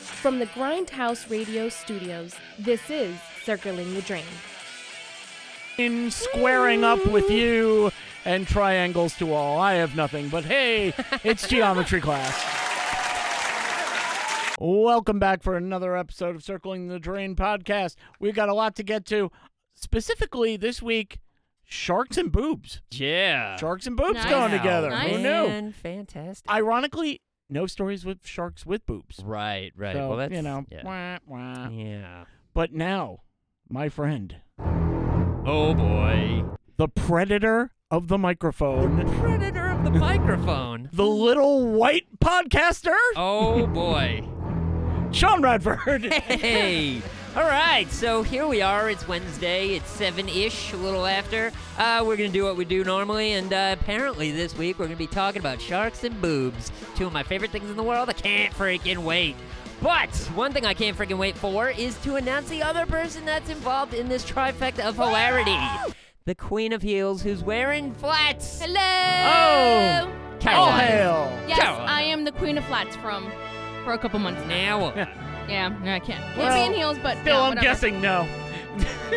From the Grindhouse Radio Studios, this is Circling the Drain. in squaring up with you and triangles to all. I have nothing, but hey, it's geometry class. Welcome back for another episode of Circling the Drain podcast. We've got a lot to get to. Specifically this week, sharks and boobs. Yeah. Sharks and boobs Nice. going Wow. together. Nice. Who knew? And fantastic. Ironically, no stories with sharks with boobs. Right, right. So, well, that's you know, yeah. wah, wah. Yeah. But now, my friend, Oh boy. the predator of the microphone. Predator of the microphone. the little white podcaster, Oh boy. Sean Radford. Hey. All right. So here we are. It's Wednesday. It's seven ish, a little after. Uh, we're going to do what we do normally. And uh, apparently this week we're going to be talking about sharks and boobs. Two of my favorite things in the world. I can't freaking wait. But one thing I can't freaking wait for is to announce the other person that's involved in this trifecta of hilarity. The Queen of Heels, who's wearing flats. Hello. Oh. All hail. Yes, Caroline. I am the queen of flats from for a couple months now. Now, Yeah, no, I can't. Can't Well, be in heels, but Bill, yeah, I'm whatever. guessing no.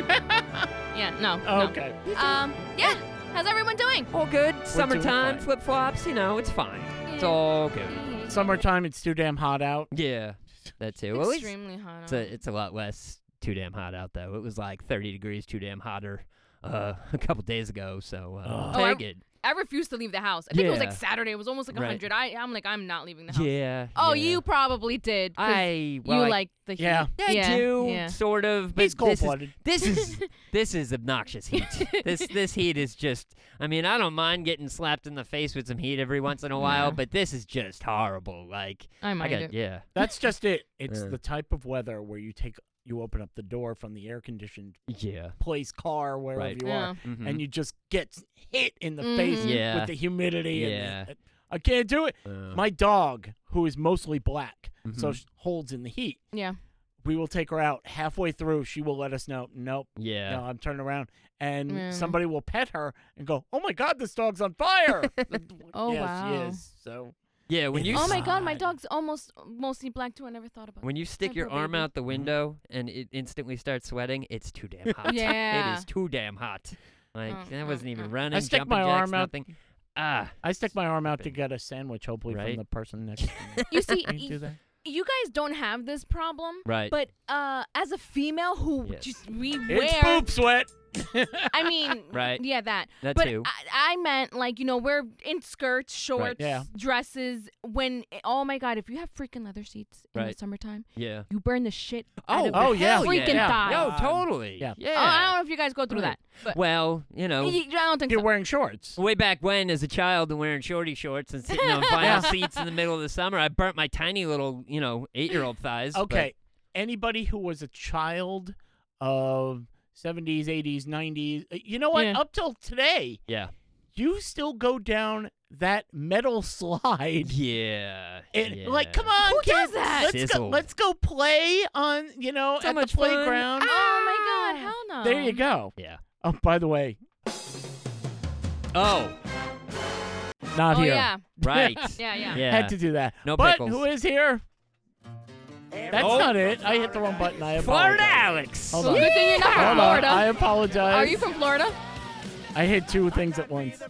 Yeah, no. no. Okay. Um, yeah. How's everyone doing? all good. doing Summertime, fine. flip flops, you know, it's fine. It's all good. Summertime, it's too damn hot out. Yeah, that too. Well, at least Extremely hot. it's a, it's a lot less too damn hot out, though. It was like 30 degrees too damn hotter uh, a couple days ago, so uh, Oh, I- take it. I refuse to leave the house. I think it was like Yeah. Saturday. It was almost like Right. 100. I, I'm like, I'm not leaving the house. Yeah. Oh, yeah. you probably did. 'cause I well, you I- like the heat. Yeah. Yeah, I yeah, do yeah. sort of, but He's cold this is blooded. this is this is obnoxious heat. this this heat is just. I mean, I don't mind getting slapped in the face with some heat every once in a while, Nah. but this is just horrible. Like I I mind got it. yeah. That's just it. It's Yeah. the type of weather where you take you open up the door from the air conditioned Yeah. place, car, wherever Right. Mm-hmm. you Yeah. are, and you just get hit in the face Mhm. Yeah. with the humidity. And Yeah. the, I can't do it. Mm-hmm. Uh, My dog, who is mostly black, so Mhm. she holds in the heat. Yeah. We will take her out halfway through. She will let us know. Nope. yeah. No, I'm turning around, and Yeah. somebody will pet her and go, "Oh my God, this dog's on fire!" Oh, yeah, she wow. is. So Yeah, when It you is- Oh s- my god, my Side. dog's almost mostly black too. I never thought about. when you stick your poor arm baby. out Mm-hmm. the window and it instantly starts sweating, it's too damn hot. Yeah. it is too damn hot. Like Mm, that mm, wasn't even mm. running, stick jumping my jacks, arm out- nothing. Ah, I stick my arm out to Stupid. get a sandwich, hopefully from Right? the person next. to me. You see, Can you do that? you guys don't have this problem, right. but uh, as a female who Yes. just we It's wear, poop sweat. I mean, Right. Yeah, that. that but too. I, I meant like you know we're in skirts, shorts, Yeah. dresses. When oh my god, if you have freaking leather seats in the Right. summertime, yeah. you burn the shit. out Oh, of oh, the yeah. Um, freaking yeah. thigh. No, totally. Yeah. Oh, I don't know if you guys go through Right. that, but Well, you know, I don't think You're so. wearing shorts. Way back when, as a child, and wearing shorty shorts and sitting on Yeah. vinyl seats in the middle of the summer, I burnt my tiny little, you know, eight-year-old thighs. but- Okay, anybody who was a child of 70s, 80s, 90s, uh, you know what? Yeah. Up till today, yeah. you still go down that metal slide. Yeah. It, yeah. Like, come on, Who does kids, that? Let's go, Sizzled. let's go play on, you know, So at much the fun. playground. Oh my god, hell no. Ah. There you go. Yeah. Oh, by the way, Oh, not oh here. yeah, right. yeah, yeah. Yeah. Had to do that. No but pickles. who is here? That's Oh. not it. I hit the wrong button. I apologize. Florida Alex. Hold Well, on. good thing you're not from Hold on. Florida. I apologize. Are you from Florida? I hit two things at once.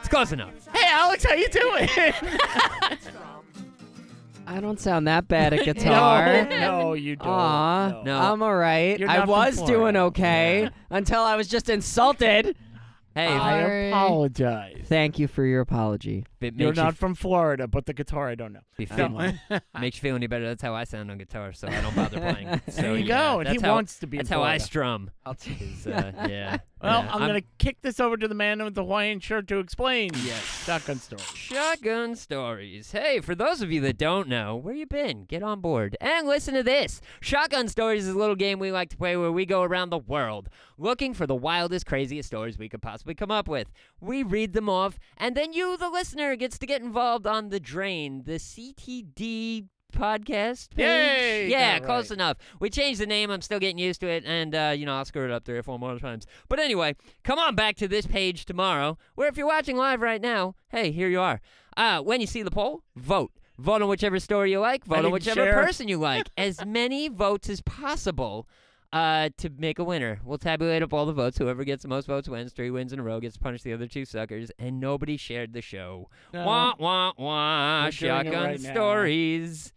It's close enough. Hey, Alex, how you doing? I don't sound that bad at guitar. no, no, you don't. Aw, No. I'm all right. You're I not from was Florida. doing okay until I was just insulted. Hey, if- I Sorry. apologize. Thank you for your apology. if it You're makes you, not from Florida, but the guitar I don't know. if it No. makes you feel any better, that's how I sound on guitar, so I don't bother playing. So, there you yeah, go. And he that's how, wants to be. That's in how I Florida. strum. I'll take Is, uh, yeah. Well, yeah. I'm, gonna kick this over to the man with the Hawaiian shirt to explain. Yes. Shotgun story. Shotgun Stories. Hey, for those of you that don't know, where you been? Get on board and listen to this. Shotgun Stories is a little game we like to play where we go around the world looking for the wildest, craziest stories we could possibly come up with. We read them off, and then you, the listener, gets to get involved on the drain, the CTD podcast page. Yay, yeah, got it close right. enough. We changed the name. I'm still getting used to it, and uh, you know I'll screw it up three or four more times. But anyway, come on back to this page tomorrow. Where if you're watching live right now, hey, here you are. Uh, when you see the poll, vote. Vote on whichever story you like. Vote on didn't whichever share. person you like. as many votes as possible uh, to make a winner. We'll tabulate up all the votes. Whoever gets the most votes wins. Three wins in a row gets punished. The other two suckers. And nobody shared the show. No. Wah wah We're wah. doing it Shotgun right now. stories.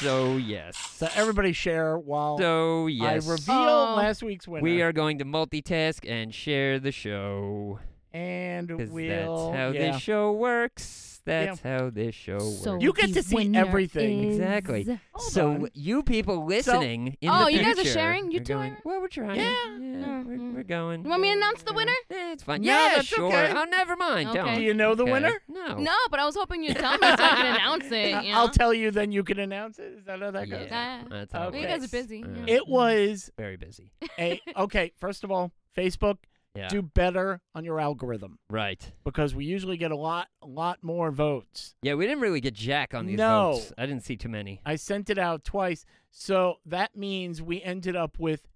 So yes. So everybody share while So yes. I reveal Oh. last week's winner. we are going to multitask and share the show. and Because we'll that's how yeah. this show works. That's how this show So works. You get the to see winner everything. is- Exactly. Hold so on. you people listening in Oh, the you future, guys are sharing? You two going, are- Well, we're trying. Yeah. No, we're, mm. we're going. You want me to announce the winner? Eh, it's fine. Yeah, Yeah, that's sure. okay. Oh, never mind. Okay. Don't. Do you know the Okay. winner? No. No, but I was hoping you'd tell me so I can announce it. I- You know? Oh. I'll tell you, then you can announce it. Is that how that goes? Yeah, That- that's how it Okay. Well, Uh, you guys are Yes. busy. Uh, yeah. It was Very busy. a okay. First of all, Facebook, Yeah. do better on your algorithm Right. because we usually get a lot, a lot more votes. Yeah, we didn't really get Jack on these No. votes. I didn't see too many. I sent it out twice, so that means we ended up with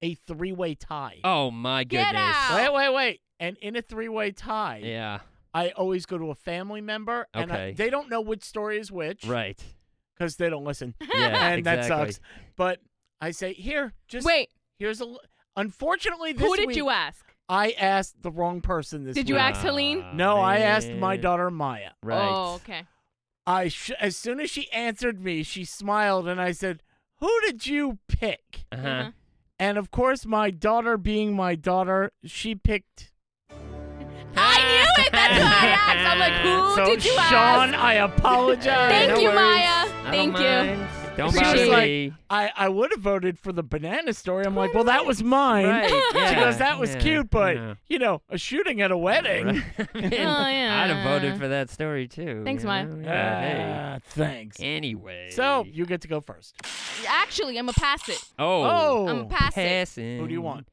a three-way tie. Oh my Get goodness. out. Wait, wait, wait! And in a three-way tie, Yeah. I always go to a family member, and I, Okay. they don't know which story is which Right. because they don't listen, Yeah. and that exactly. sucks. But I say, here, just Wait, Here's a. l- Unfortunately, this who did week, you ask? I asked the wrong person this. Did week. you ask Helene? Ah, No, I asked my man. daughter Maya. Right. Oh, okay. I sh- as soon as she answered me, she smiled and I said, "Who did you pick?" Uh-huh. Uh-huh. And of course, my daughter, being my daughter, she picked. I knew it. That's why I asked. I'm like, who so did you Sean, ask? I apologize. Thank No you, worries. Maya. I Thank don't you. mind. Don't She was bother like, me. I, I would have voted for the banana story. I'm like, well, that was mine. Right, She yeah, goes, that was yeah, cute, but yeah. you know, a shooting at a wedding. Right. I mean, Oh, yeah. I'd have voted for that story too. Thanks, you Maya. know? Yeah, Ah, thanks. hey. Anyway. So you get to go first. Actually, I'm a pass it. Oh. Oh, I'm a pass it. Passing. who do you want?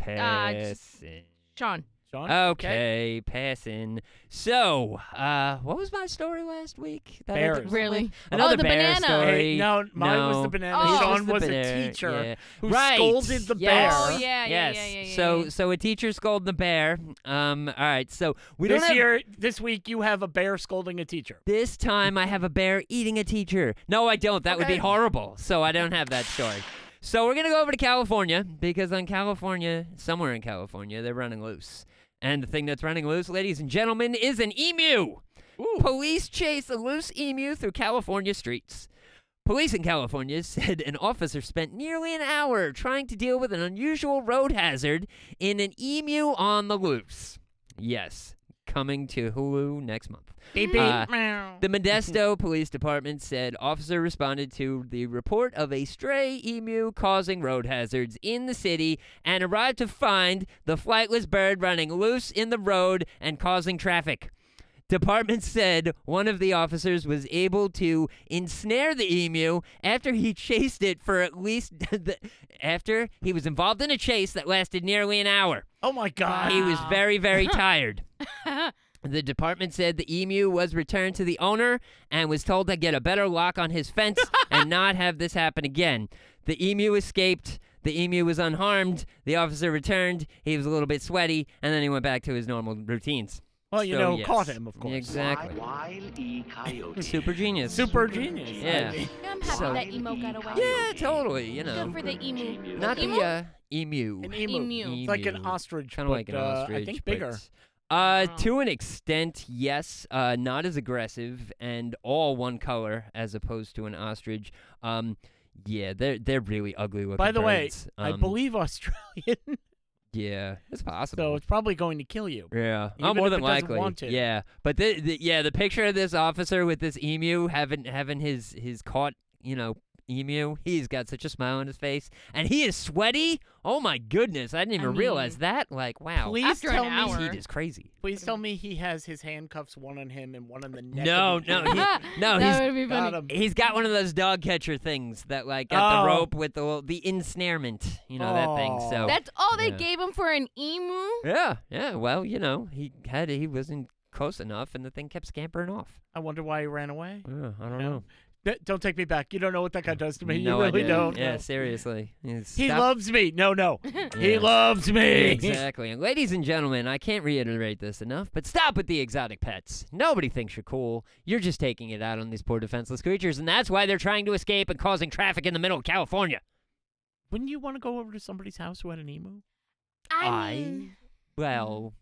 Uh, just- Passing. Sean. Sean. Okay, passing. So, uh, what was my story last week? that I Bears. didn't Really? Another oh, the bear banana. Hey, story. no, mine was the No. banana. Oh. Sean It was the a banana, teacher yeah. who Right. scolded the Yes. bear. Oh, yeah, yeah, yes. yeah, yeah, yeah, so, yeah. so a teacher scolded the bear. Um, all right. So we this don't have, year, this week, you have a bear scolding a teacher. This time I have a bear eating a teacher. No, I don't. That would be Okay. horrible. So I don't have that story. So we're going to go over to California because on California, somewhere in California, they're running loose. And the thing that's running loose, ladies and gentlemen, is an emu. Police chase a loose emu through California streets. Police in California said an officer spent nearly an hour trying to deal with an unusual road hazard in an emu on the loose. Yes, coming to Hulu next month. Beep beep. Uh, meow. The Modesto Police Department said officer responded to the report of a stray emu causing road hazards in the city and arrived to find the flightless bird running loose in the road and causing traffic. Department said one of the officers was able to ensnare the emu after he chased it for at least the, after he was involved in a chase that lasted nearly an hour. oh my God. He was very, very tired. The department said the emu was returned to the owner and was told to get a better lock on his fence and not have this happen again. The emu escaped. The emu was unharmed. The officer returned. He was a little bit sweaty, and then he went back to his normal routines. Well, you So, know, yes. caught him, of course. Exactly. Wild E. Coyote. Super genius. Super genius. Yeah. I'm happy So- that emo got away. Yeah, totally. You Good know, for the emu. not emu? the uh, emu. An emu. Emu. It's like an Emu. ostrich. kind of like but, an uh, ostrich. I think but- bigger. Uh, Wow. to an extent, yes. Uh, not as aggressive and all one color as opposed to an ostrich. Um, yeah, they're they're really ugly looking. By the way, birds. I Um, believe Australian, Yeah, it's so possible. it's probably going to kill you. yeah, even oh, more if than it doesn't likely. want to. Yeah, but the, the yeah the picture of this officer with this emu having having his his caught you know emu. He's got such a smile on his face, and he is sweaty. Oh my goodness, I didn't even realize mean, that. Like wow, Please After an tell me. hour. he is crazy. Please tell me he has his handcuffs, one on him and one on the neck. No, of the no, emu. he, no, he's that would be got funny. him. He's got one of those dog catcher things that like got the Oh. rope with the little- the ensnarement, you know that thing. Oh. So That's all they Yeah. gave him for an emu. yeah, yeah. Well, you know, he had he wasn't close enough, and the thing kept scampering off. I wonder why he ran away. Yeah, I don't Yeah. know. Th- Don't take me back. You don't know what that guy does to me. Mm, no, you I really didn't. don't. Yeah, seriously. Yeah, He stop- loves me. No, no. He Yeah. loves me. Exactly. And ladies and gentlemen, I can't reiterate this enough, but stop with the exotic pets. Nobody thinks you're cool. You're just taking it out on these poor defenseless creatures, and that's why they're trying to escape and causing traffic in the middle of California. Wouldn't you want to go over to somebody's house who had an emu? I I- mean, Well,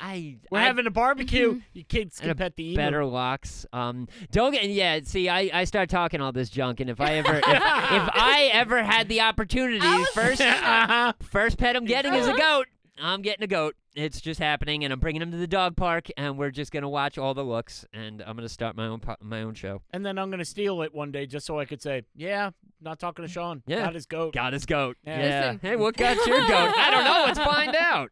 I We're I Mm-hmm. having a barbecue. Mhm. You kids And a can pet the emu. better locks. Um, don't get yeah. See, I, I start talking all this junk, and if I ever if, if I ever had the opportunity, I was first uh-huh. first pet I'm getting is a Uh-huh. goat. I'm getting a goat. It's just happening, and I'm bringing him to the dog park, and we're just gonna watch all the looks, and I'm gonna start my own po- my own show. And then I'm gonna steal it one day just so I could say, yeah, not talking to Sean. Mm, Yeah. Got his goat. Got his goat. Yeah. Listen. Hey, what got your goat? I don't know. Let's find out.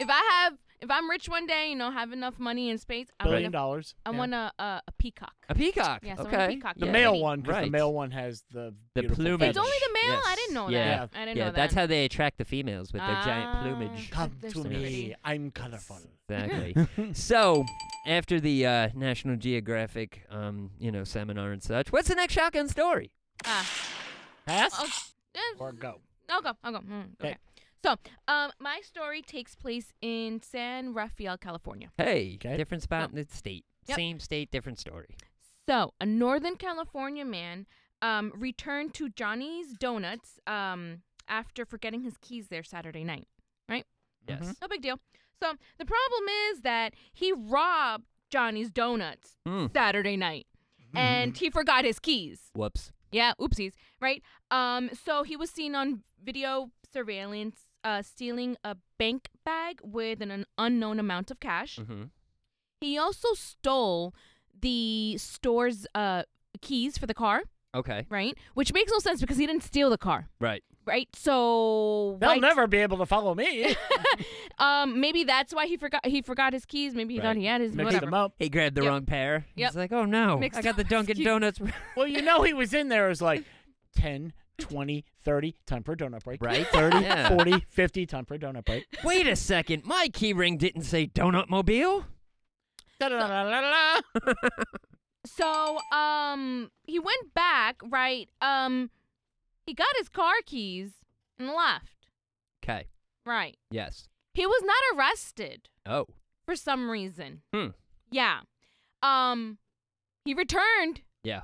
if I have, if I'm rich one day, you know, have enough money and space, I Billion want a, dollars. I Yeah. want a, a, a peacock. A peacock. Yes, I want a okay. peacock. the Yeah. male one because the Right. male one has the The beautiful plumage. It's only the male. I Yes. didn't know Yeah. that. I didn't yeah, know that. that's how they attract the females with their Ah. giant plumage. Come They're to me. so pretty. I'm colorful. Exactly. so, after the uh, National Geographic, um, you know, seminar and such, what's the next shotgun story? Ah, Pass oh, eh, or go. I'll go. I'll go. Mm, Okay. okay. So, um, my story takes place in San Rafael, California. Hey, Okay. different spot in the state. Yep. Same state, different story. So, a Northern California man um, returned to Johnny's Donuts um, after forgetting his keys there Saturday night. Yes. Mhm. No big deal. So, the problem is that he robbed Johnny's Donuts Mm. Saturday night and he forgot his keys. Whoops. Yeah, oopsies, right? Um, so he was seen on video surveillance uh, stealing a bank bag with an, an unknown amount of cash. Mm-hmm. He also stole the store's uh, keys for the car, Okay. right? Which makes no sense because he didn't steal the car, Right. right? So They'll why- never be able to follow me. Um, maybe that's why he forgot. He forgot his keys. Maybe he thought Right. he had his Mix whatever. them up. He grabbed the Yep. wrong pair. Yep. He's like, oh no, Mixed I got the up Dunkin' excuse. Donuts. Well, you know he was in there as like 10, 20, 30, time per donut break. Right? 30, Yeah. 40, 50, time per donut break. Wait a second, my keyring didn't say Donut Mobile. Da-da-da-da-da-da. So um, he went back, right? Um, he got his car keys and left, Okay. right? Yes. He was not arrested Oh. for some reason. Hmm. Yeah. Um he returned Yeah.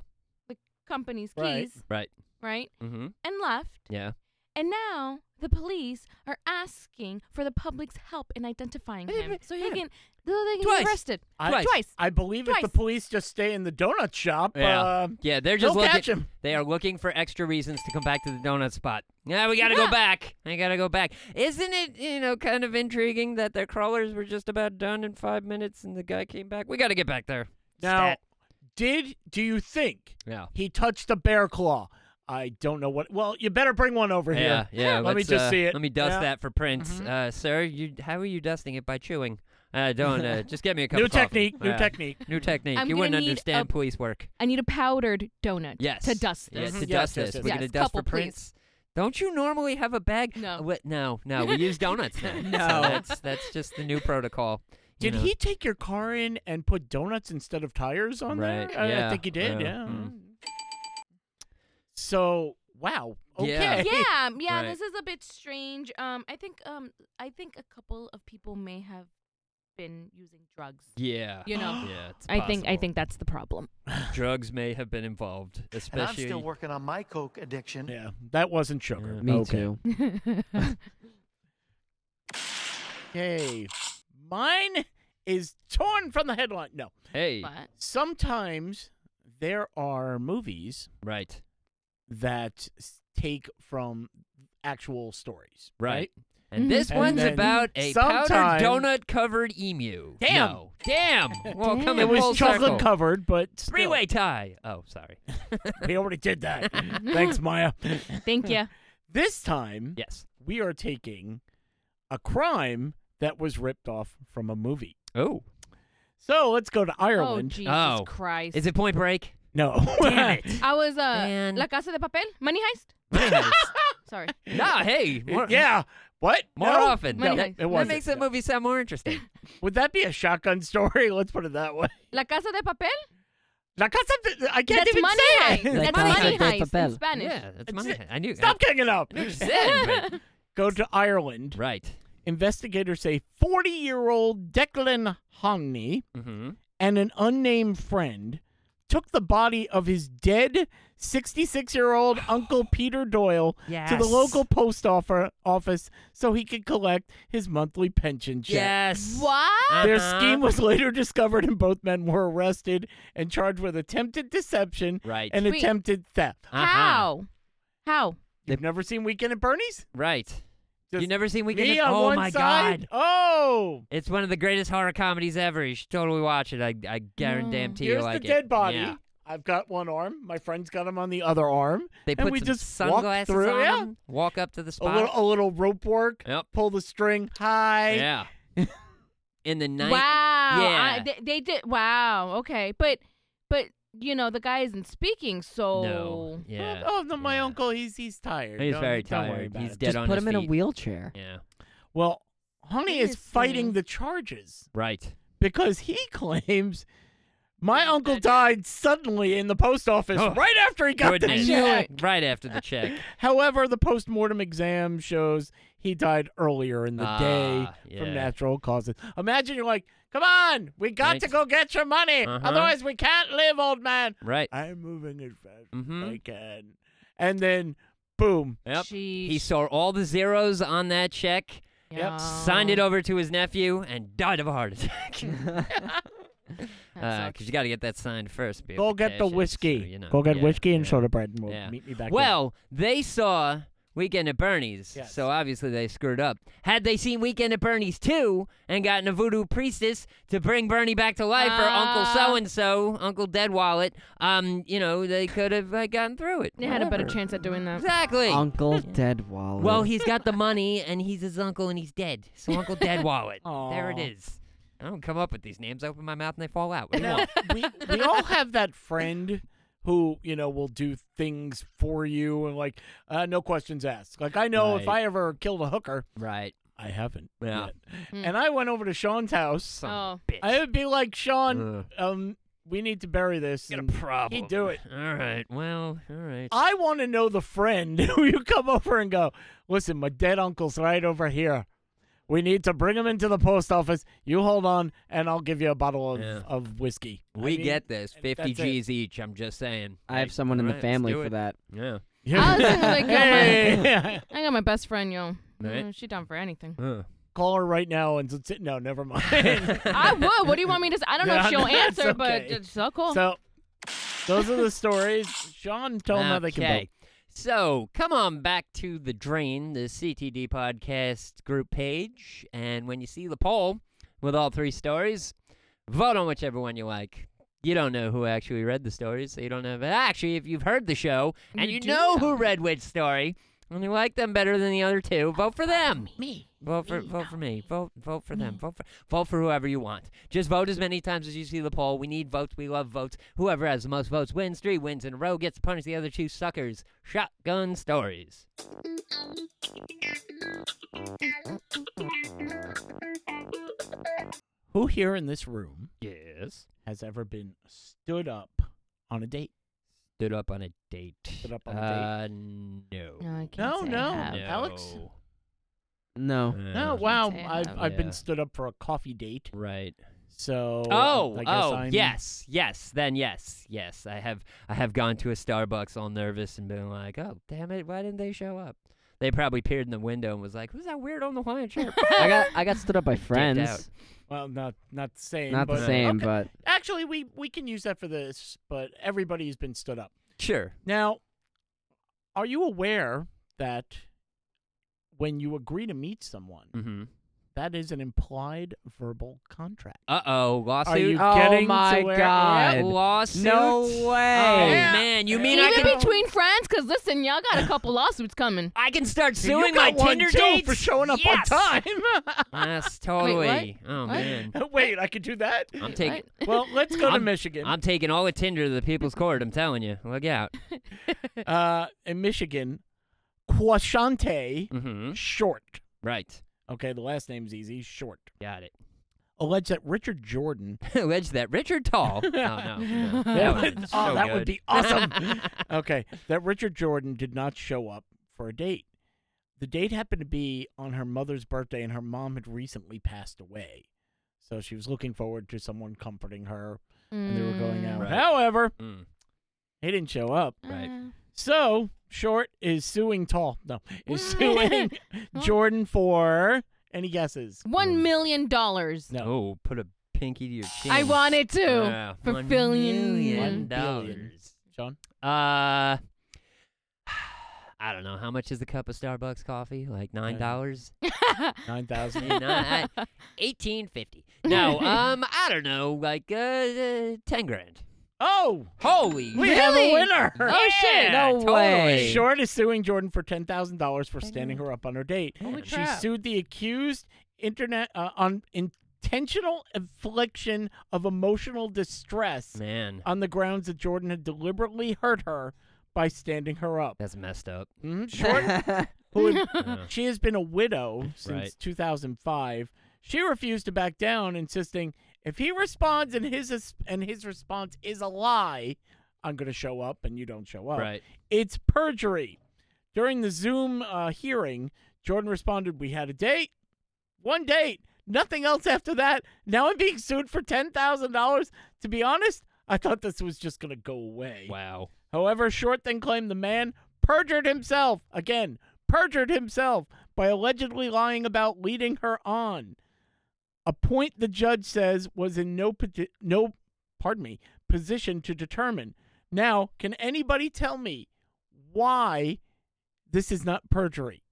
the company's Right. keys, Right. right? Mm-hmm. And left. Yeah. And now the police are asking for the public's help in identifying Wait a him. minute, So he wait a can so they can Twice. get arrested. I, Twice. Twice. I believe if Twice. the police just stay in the donut shop, Yeah. uh, Yeah, they're they'll just looking. catch him. They are looking for extra reasons to come back to the donut spot. Yeah, we gotta go Yeah. back. I gotta go back. Isn't it, you know, kind of intriguing that their crawlers were just about done in five minutes and the guy came back? We gotta get back there. Now, Stat. did do you think Yeah. he touched a bear claw? I don't know what. Well, you better bring one over here. Yeah, yeah. Let me let's, just uh, see it. Let me dust Yeah. that for prints, Mhm. uh, sir. You, how are you dusting it by chewing? Uh, don't. Uh, just get me a cup New of coffee. technique. New Yeah. technique. New technique. I'm you gonna wouldn't need a- understand police work. I need a powdered donut Yes. to dust Yeah, this. Mhm. to Yes, dust yes, this. yes, We're yes. gonna dust for Couple, please. prints. Don't you normally have a bag? No. Uh, what- no, no. We use donuts now. So No. that's that's just the new protocol. you Did know. he take your car in and put donuts instead of tires on Right, there? I- I, yeah, think he did. yeah, Yeah. mm. So wow. Okay. Yeah. yeah, yeah, Right. this is a bit strange. Um I think um I think a couple of people may have been using drugs. Yeah. You know. Yeah. It's I think I possible. think that's the problem. drugs may have been involved, And I'm especially. still working on my coke addiction. Yeah, that wasn't sugar. Yeah. Me okay. too. Okay, mine is torn from the headline. No, hey. but sometimes there are movies Right. that s- take from actual stories. Right. And Mhm. this And one's then about a powdered sometime- donut covered emu. Damn. No. Damn. Well, Damn. Oh, coming It full was chocolate circle. covered, but still. Three way tie. Oh, sorry. We already did that. Thanks, Maya. thank you. This time Yes. we are taking a crime that was ripped off from a movie. Oh. So let's go to Oh Ireland. Jesus Oh. Christ! Is it point break? no, Damn it. I was uh, Man. La Casa de Papel, Money Heist. Sorry. nah, hey. More, yeah. What? More No? often. Money No, Heist. it That wasn't. that makes that No. movie sound more interesting. Would that be a shotgun story? Let's put it that way. La Casa de Papel. La casa de- I can't That's even money say it. heist. La That's Casa money de heist Papel. in Spanish. Yeah, that's It's- mine. I knew. Stop kicking up. I knew you said, but- Go to Ireland. right. Investigators say 40 year old Declan Honney Mm-hmm. and an unnamed friend took the body of his dead 66 year old uncle Peter Doyle to the Yes. local post offer- office so he could collect his monthly pension check. Yes. What? Their Uh-huh. scheme was later discovered, and both men were arrested and charged with attempted deception Right. and Wait. attempted theft. Uh-huh. How? How? You've never seen Weekend at Bernie's? Right. Just you never seen Weekend? Me at- on oh one my side? god. Oh, It's one of the greatest horror comedies ever. You should totally watch it. I I guarantee No. you here's like the it. dead body. Yeah. I've got one arm. My friend's got him on the other arm. They And put we some just walk sunglasses through, on yeah. him, walk up to the A spot. little, a little rope work. Yep. Pull the string. Hi. Yeah. In the night. Wow. I- Yeah. they, they did. Wow. Okay. But, but you know, the guy isn't speaking, so. No. Yeah. Oh, no, my yeah. uncle. He's he's tired. He's Don't- very don't worry tired. about He's it. dead Just on put his him in a feet. wheelchair. Yeah. Well, Honey is Seriously. fighting the charges Right. because he claims my uncle dead. died suddenly in the post office Oh, right after he got Goodness. the check. Right after the check. However, the post-mortem exam shows he died earlier in the day Ah, from yeah. natural causes. Imagine you're like, "Come on, we got Right. to go get your money, Uh-huh. otherwise we can't live, old man." Right. I'm moving as fast Mhm. as I can, and then boom, Yep. Jeez. He saw all the zeros on that check, Yeah. signed it over to his nephew, and died of a heart attack. That Because sucks. you got to get that signed first. be go able to get the cash it, so, whiskey. you know, go get yeah, whiskey and yeah. soda bread, and we'll Yeah. meet me back. there. Well, they saw Weekend at Bernie's, Yes. so obviously they screwed up. Had they seen Weekend at Bernie's too and gotten a voodoo priestess to bring Bernie back to life or Uncle Ah. So and So, Uncle Dead Wallet, um, you know, they could have uh, gotten through it. They had a better Whatever. chance at doing that. Exactly. Uncle Dead Wallet. well, he's got the money and he's his uncle and he's dead. So Uncle Dead Wallet. There it Aw. is. I don't come up with these names. I open my mouth and they fall out. What do you Now, want? we, we all have that friend who you know will do things for you and like uh, no questions asked like i know if Right. i ever killed a hooker Right. i haven't Yeah. yet. Hmm. Oh, and i went over to sean's house Son of a bitch. i would be like sean Ugh. um we need to bury this got a and problem. he'd do it All right. Well, all right. i want to know the friend who you come over and go listen my dead uncle's right over here we need to bring him into the post office you hold on and i'll give you a bottle of, Yeah. of whiskey I We mean, get this. and 50 that's it. G's each. I'm just saying. I have Hey, someone in the alright, let's family do for it. that. Yeah. I was gonna like, yo, my, Hey. Oh, I got my best friend, yo. Right. Uh, She down for anything. Huh. Call her right now and sit. No, never mind. I would. What do you want me to? s I don't know Yeah, if she'll that's answer, okay. but it's so cool. so, those are the stories. Sean, tell them how they can vote. Okay. So come on back to the drain, the CTD podcast group page, and when you see the poll with all three stories, vote on whichever one you like. You don't know who actually read the stories, so you don't know. But actually, if you've heard the show and You you, do know, know. who read which story and you like them better than the other two, vote for them. Me. Vote for vote for me. Vote vote for them. Vote for vote for whoever you want. Just vote as many times as you see the poll. We need votes. We love votes. Whoever has the most votes wins. Three wins in a row gets to punish the other two suckers. Shotgun stories. Who here in this room Yes. has ever been stood up on a date? Stood up on a date. Stood up on a uh, date. No. no, I can't No, say I no. have. Yeah. Alex? No. No. no, Uh, wow. say I I've, have. I've Yeah. been stood up for a coffee date. Right. So. Oh, um, I guess oh, I'm- yes, yes. Then yes, yes. I have, I have gone to a Starbucks all nervous and been like, oh, damn it, why didn't they show up? They probably peered in the window and was like, who's that weird on the Hawaiian shirt? I got I got stood up by Uh, out. friends. Well, not not the same. Not but, the same, Okay. but Actually, we we can use that for this. But everybody's been stood up. sure. Now, are you aware that when you agree to meet someone, Mm-hmm. that is an implied verbal contract? Uh oh, lawsuit. Are you Oh getting my to where? God. Yep. lawsuit? no Oh way. Yeah. man, you mean Even I can, between friends, cause listen, y'all got a couple lawsuits coming. I can start You suing my got one, Tinder too, dates for showing up yes! on Yes, totally. Oh What? man, time. Wait, I could do that. I'm taking. Right? Well, let's go to I'm- Michigan. I'm taking all the Tinder to the People's Court. I'm telling you, look out. Uh, in Michigan, Quashante Mm-hmm. Short. Right. Okay, the last name's easy. Short Got it. alleged that Richard Jordan. Alleged that Richard Tall. Oh, no. no. That one- would- so oh, that good. would be awesome. okay, that Richard Jordan did not show up for a date. The date happened to be on her mother's birthday, and her mom had recently passed away. So she was looking forward to someone comforting her, and they were going out. Right. However, Mm. he didn't show up. Mm. Right. Uh, So Short is suing Tall. No, is suing Jordan for any guesses? One million dollars. No. Oh, put a pinky to your chin. I wanted to. Yeah, for one billion. million One billion. dollars. Sean? Uh, I don't know. How much is the cup of Starbucks coffee? Like nine dollars? Nine thousand. Maybe not. uh, Eighteen fifty. No. Um, I don't know. Like uh, uh, ten grand. Oh, Holy. we have a Really? winner. Oh shit! no totally. way. Short is suing Jordan for ten thousand dollars for standing her up on her date. Holy she crap. sued the accused internet uh, on intentional infliction of emotional distress Man, on the grounds that Jordan had deliberately hurt her by standing her up. that's messed up. Mhm. Short, who had Yeah. She has been a widow since Right. 2005. She refused to back down, insisting if he responds and his and his response is a lie, I'm going to show up, and you don't show up. right. It's perjury. During the Zoom uh, hearing, Jordan responded, "We had a date, one date, nothing else after that. Now I'm being sued for ten thousand dollars. To be honest, I thought this was just going to go away." Wow. However, Short then claimed the man perjured himself again, perjured himself by allegedly lying about leading her on. A point the judge says was in no poti- no pardon me, position to determine. Now, can anybody tell me why this is not perjury?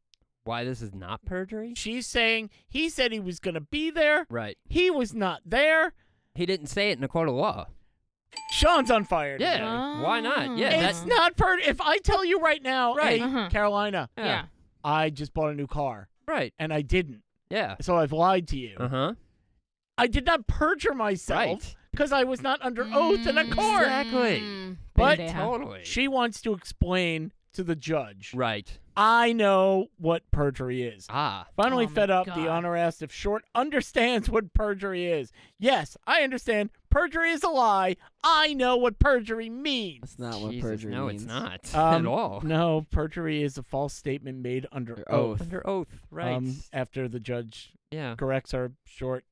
Why this is not perjury? She's saying he said he was going to be there. Right. He was not there. He didn't say it in a court of law. Sean's on fire. today. Yeah. Why not? Yeah. Oh. That's It's not per if I tell you right now, Right. hey, Uh-huh. Carolina, Yeah. I just bought a new car Right. and I didn't. Yeah. So I've lied to you. Uh huh. I did not perjure myself Right. because I was not under oath in a court. Exactly. Mm, But- big day, huh? Totally. She wants to explain to the judge Right. I know what perjury is. Ah. Finally Oh my fed up, the God. honor asked if Short understands what perjury is. Yes, I understand. Perjury is a lie. I know what perjury means. That's not what Jesus, perjury no, means. it's not Um, at all. No, perjury is a false statement made under Under oath. oath. Under oath, right? Um, after the judge yeah. corrects her, Short.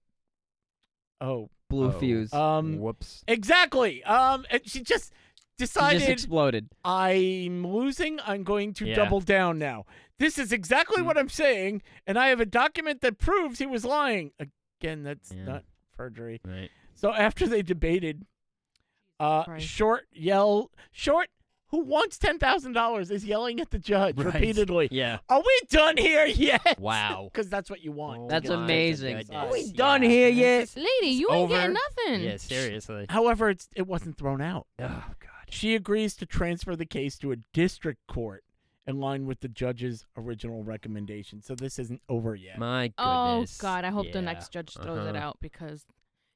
Oh, Blue Oh. fuse. um, Whoops. Exactly. Um, and she just She decided just exploded. I'm losing. I'm going to Yeah. Mm. double down now. This is exactly what I'm saying, and I have a document that proves he was lying. Again, that's Yeah. not perjury. Right. So after they debated, uh, Christ. short yell short. Who wants ten thousand dollars is yelling at the judge Right. repeatedly. Yeah. Are we done here yet? Wow. Because that's what you want. That's Oh my amazing. goodness. Are we done Yeah. here yet? It's Lady, you ain't getting nothing. Yeah, seriously. However, it's it wasn't thrown out. Oh god. She agrees to transfer the case to a district court in line with the judge's original recommendation. So this isn't over yet. My goodness. Oh God, I hope the Yeah. next judge throws it Uh-huh. out because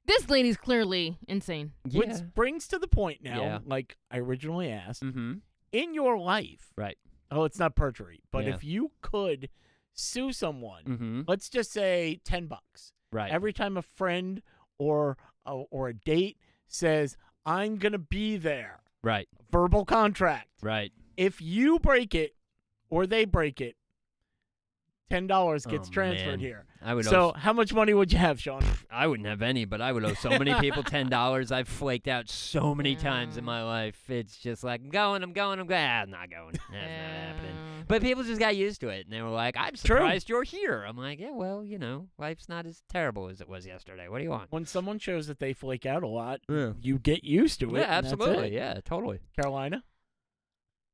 this lady's clearly insane. Yeah. Which brings to the point now, Yeah. like I originally asked, Mm-hmm. in your life, Right. oh, it's not perjury, but Yeah. if you could sue someone, Mm-hmm. let's just say 10 bucks. Right. Every time a friend or or a date says, "I'm going to be there." right. Verbal contract. Right. if you break it or they break it, ten dollars gets Oh, transferred man. here. I would so owe, how much money would you have, Sean? I wouldn't have any, but I would owe so many people ten dollars. I've flaked out so many times in Yeah. my life. It's just like I'm going, I'm going, I'm going. Ah, I'm not going. That's not happening. But people just got used to it, and they were like, "I'm True. surprised you're here." I'm like, "Yeah, well, you know, life's not as terrible as it was yesterday. What do you want?" When someone shows that they flake out a lot, Yeah, you get used to it. yeah and that's absolutely. it. Yeah, totally. Carolina,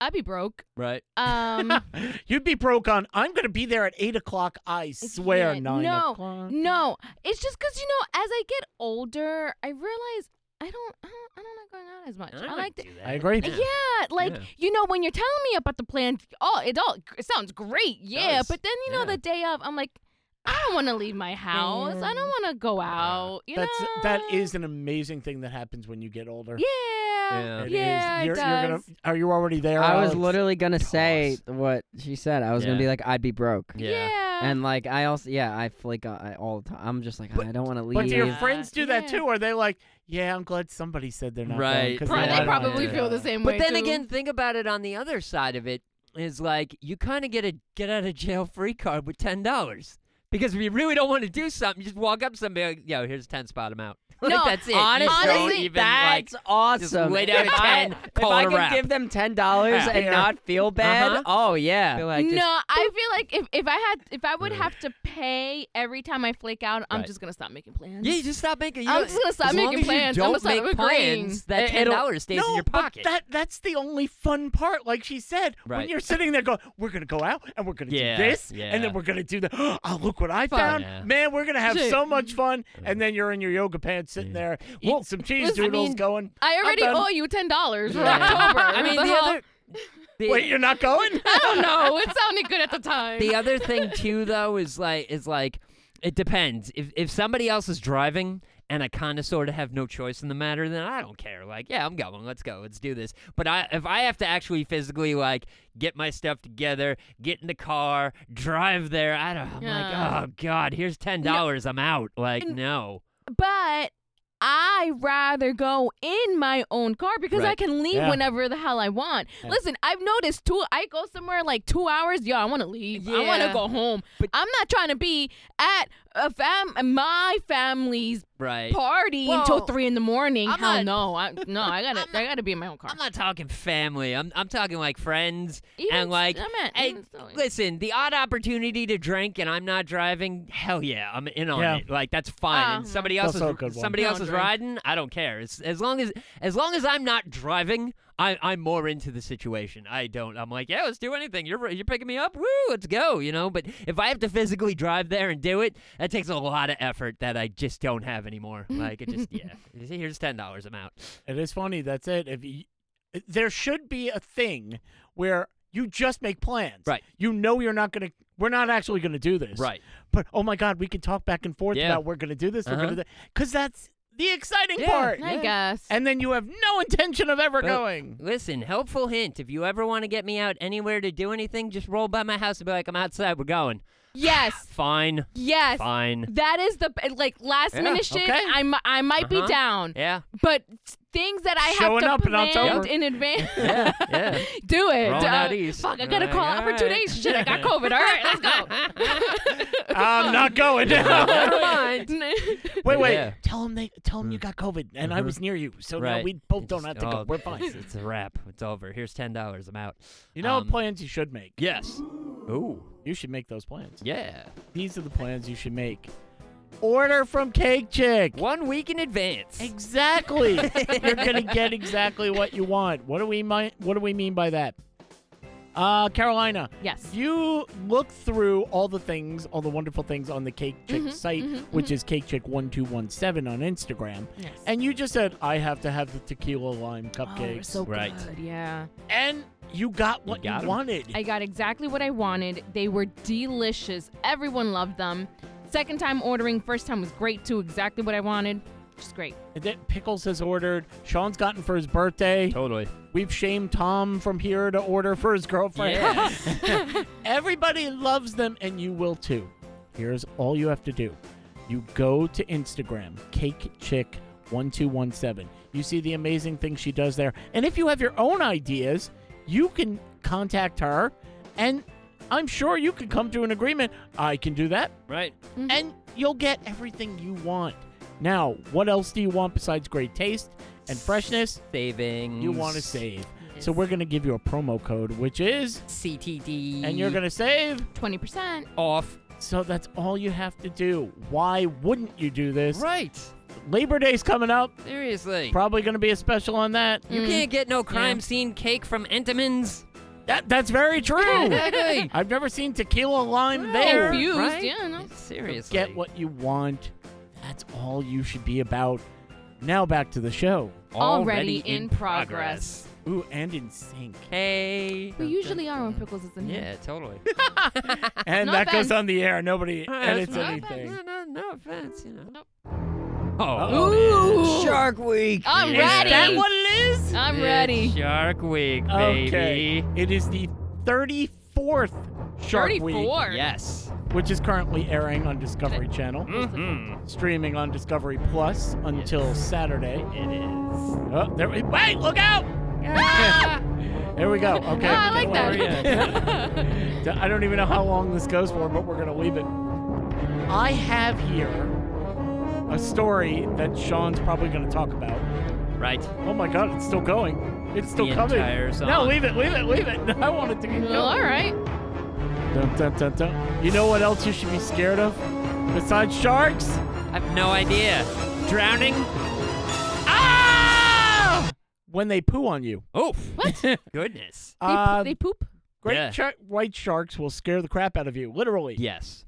I'd be broke. Right. Um, you'd be broke on. I'm going to be there at eight o'clock. I swear, yeah, nine no, o'clock. no, it's just because you know, as I get older, I realize I don't, I don't, I don't like going out as much. I, might like to. do I that. agree. Yeah, like Yeah. you know when you're telling me about the plan, oh, it all it sounds great, yeah. does, But then you know yeah. the day of, I'm like, I don't want to leave my house. I don't want to go out. You That's know, that is an amazing thing that happens when you get older. yeah. Yeah. Yeah. It is- Yeah, it you're, you're gonna- does. are you already there? I was Alex? literally gonna say what she said. I was Yeah. gonna be like, I'd be broke. Yeah. And like, I also, yeah, I flake on, I, all the time. I'm just like, But- I don't want to leave. But do your Yeah. friends do that Yeah. too? Are they like, yeah, I'm glad somebody said they're not Right. Because Pro- Yeah, I they don't probably know. feel the same way. But then too. again, think about it on the other side of it is like you kind of get a get out of jail free card with ten dollars because if you really don't want to do something, you just walk up to somebody, like, yo, here's ten spot, I'm out. Like, No, that's it. You honest- don't honestly, even, like, That's awesome. lay down if a 10, I, call if it I a can wrap. give them ten dollars Yeah. and Yeah. not feel bad, Uh-huh. oh yeah. feel like just- no, I feel like if, if I had if I would have to pay every time I flake out, I'm Right. just gonna stop making plans. Yeah, you just stop making. You I'm don't- just gonna stop as long making as you plans. I'm don't gonna stop make agreeing. plans. That It- ten it'll- dollars stays no, in your pocket. But that that's the only fun part. Like she said, when Right. you're sitting there going, "We're gonna go out and we're gonna Yeah, do this, and yeah. then we're gonna do that." Oh, look what I Fun. found, Yeah. Mm. man! We're gonna have Shit. so much fun. And then you're in your yoga pants, sitting there eating Well, some cheese listen, I doodles, mean, going, I I'm already done. owe you ten dollars for Yeah. October. I mean, What the hell? other. the- "Wait, you're not going?" I don't know. It sounded good at the time. the other thing too though is like is like it depends if if somebody else is driving and I kind of sort of have no choice in the matter then I don't care like yeah I'm going let's go let's do this but I if I have to actually physically like get my stuff together get in the car drive there I don't I'm Yeah. like oh god here's ten dollars I'm out like And- no but I rather go in my own car because I Right. can leave Yeah. whenever the hell I want. Listen, I've noticed too. I go somewhere like two hours. Yo, I want to leave. I want to Yeah. go home. But- I'm not trying to be at a fam my family's right party Well, until three in the morning. I'm hell not- no. I, no, I gotta I gotta be in my own car. I'm not talking family I'm I'm talking like friends Even and s- like I'm at, hey, even still- Listen, the odd opportunity to drink and I'm not driving, hell yeah, I'm in on Yeah. it. Like that's fine. Ah, and somebody else That's also a good is one. somebody I else don't is drink. riding, I don't care. It's, as long as as long as I'm not driving, I, I'm more into the situation. I don't. I'm like, yeah, let's do anything. You're you're picking me up, woo, let's go. You know. But if I have to physically drive there and do it, that takes a lot of effort that I just don't have anymore. Like it just yeah. Here's ten dollars. I'm out. It is funny. That's it. If you, there should be a thing where you just make plans. Right. You know you're not gonna. We're not actually gonna do this. Right. But oh my God, we can talk back and forth Yeah. about we're gonna do this. We're Uh-huh. gonna because that's the exciting Yeah. part. I guess. And then you have no intention of ever But- going. Listen, helpful hint. If you ever want to get me out anywhere to do anything, just roll by my house and be like, I'm outside, we're going. yes, Fine, yes. fine. That is the like last Yeah, minute shit. okay. I mi- I might Uh-huh. be down, Yeah, but things that I Showing have up to in plan October. in advance. yeah, yeah. Do it. Rolling Uh, out east. Fuck, I gotta Like, call out for two alright. days. Shit, I got COVID. All right, let's go. I'm not going. wait, Never mind. wait. Mm. Mm-hmm. Yeah. Tell them they tell them you got COVID and I Mhm. was near you, so now Right. we both don't Just- have to go. oh, We're fine. It's, it's a wrap. It's over. Here's ten dollars. I'm out. You know Um, what plans you should make. Yes. Ooh. You should make those plans. Yeah. These are the plans you should make. Order from Cake Chick. One week in advance. Exactly. You're gonna get exactly what you want. What do we mi- What do we mean by that? Uh, Carolina, yes. you look through all the things, all the wonderful things on the Cake Chick Mm-hmm, site, which is Cake Chick one two one seven on Instagram, Yes. and you just said, "I have to have the tequila lime Oh, they're cupcakes," so Right. good. Yeah. and you got what you, got 'em. wanted. I got exactly what I wanted. They were delicious. Everyone loved them. Second time ordering, first time was great too. Exactly what I wanted. Just great. And then Pickles has ordered. Sean's gotten for his birthday. Totally. We've shamed Tom from here to order for his girlfriend. Yeah. Everybody loves them, and you will too. Here's all you have to do you go to Instagram, Cake Chick 1217 You see the amazing things she does there. And if you have your own ideas, you can contact her, and I'm sure you can come to an agreement. I can do that, right. and you'll get everything you want. Now, what else do you want besides great taste and freshness? Savings. You want to save. So, we're going to give you a promo code, which is, CTD. and you're going to save. 20%. off. So that's all you have to do. Why wouldn't you do this? Right. Labor Day's coming up. Seriously. Probably going to be a special on that. You Mm. can't get no crime scene cake from Entenmann's. That that's very true. Exactly. I've never seen tequila lime No. there. Confused. right? Yeah, no. Seriously. Get what you want. That's all you should be about. Now back to the show. Already in progress. Ooh, and in sync. Hey. We usually are when Pickles is in here. Yeah, totally. And No that offense. Uh, goes on the air. Nobody edits That's fine. anything. No, no, no offense, you know. Oh, Shark Week. I'm Yeah. ready. That what it is? I'm It's ready. Shark Week, Okay. baby. It is the 34th Shark Week, 34. Yes. which is currently airing on Discovery Channel, Mhm. streaming on Discovery Plus until Saturday. It is. Oh, there we wait! Look out! there we go. Okay. Ah, I like Glorious. that. I don't even know how long this goes for, but we're gonna leave it. I have here a story that Sean's probably gonna talk about. Right. Oh my god, it's still going. It's still The coming. entire song. No, leave it, leave it, leave it. I want it to keep going. well, all right. Dun, dun, dun, dun. You know what else you should be scared of? Besides sharks? I have no idea. Drowning? Ah! When they poo on you. Oh. What? Goodness. They, Uh, poop, they poop. great Yeah. shark- white sharks will scare the crap out of you, literally. Yes.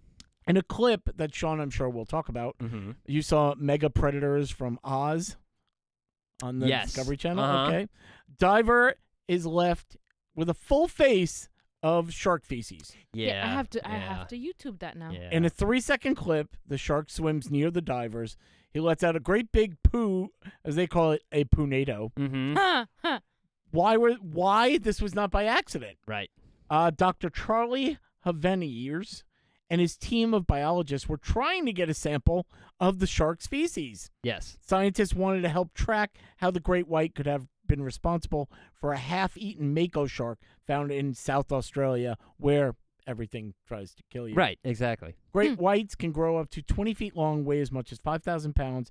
In a clip that Sean, I'm sure, will talk about, Mm-hmm. you saw mega predators from Oz on the Yes. Discovery Channel. Uh-huh. Okay. Diver is left with a full face of shark feces. Yeah. I have to. I yeah, have to YouTube that now. Yeah. In a three second clip, the shark swims near the divers. He lets out a great big poo, as they call it, a punado. mm-hmm. Huh, huh. Why were why this was not by accident? Right. Uh, Dr. Charlie Haveniers and his team of biologists were trying to get a sample of the shark's feces. Yes. Scientists wanted to help track how the great white could have been responsible for a half-eaten mako shark found in South Australia, where everything tries to kill you. Right. Exactly. Great whites can grow up to 20 feet long, weigh as much as 5,000 pounds.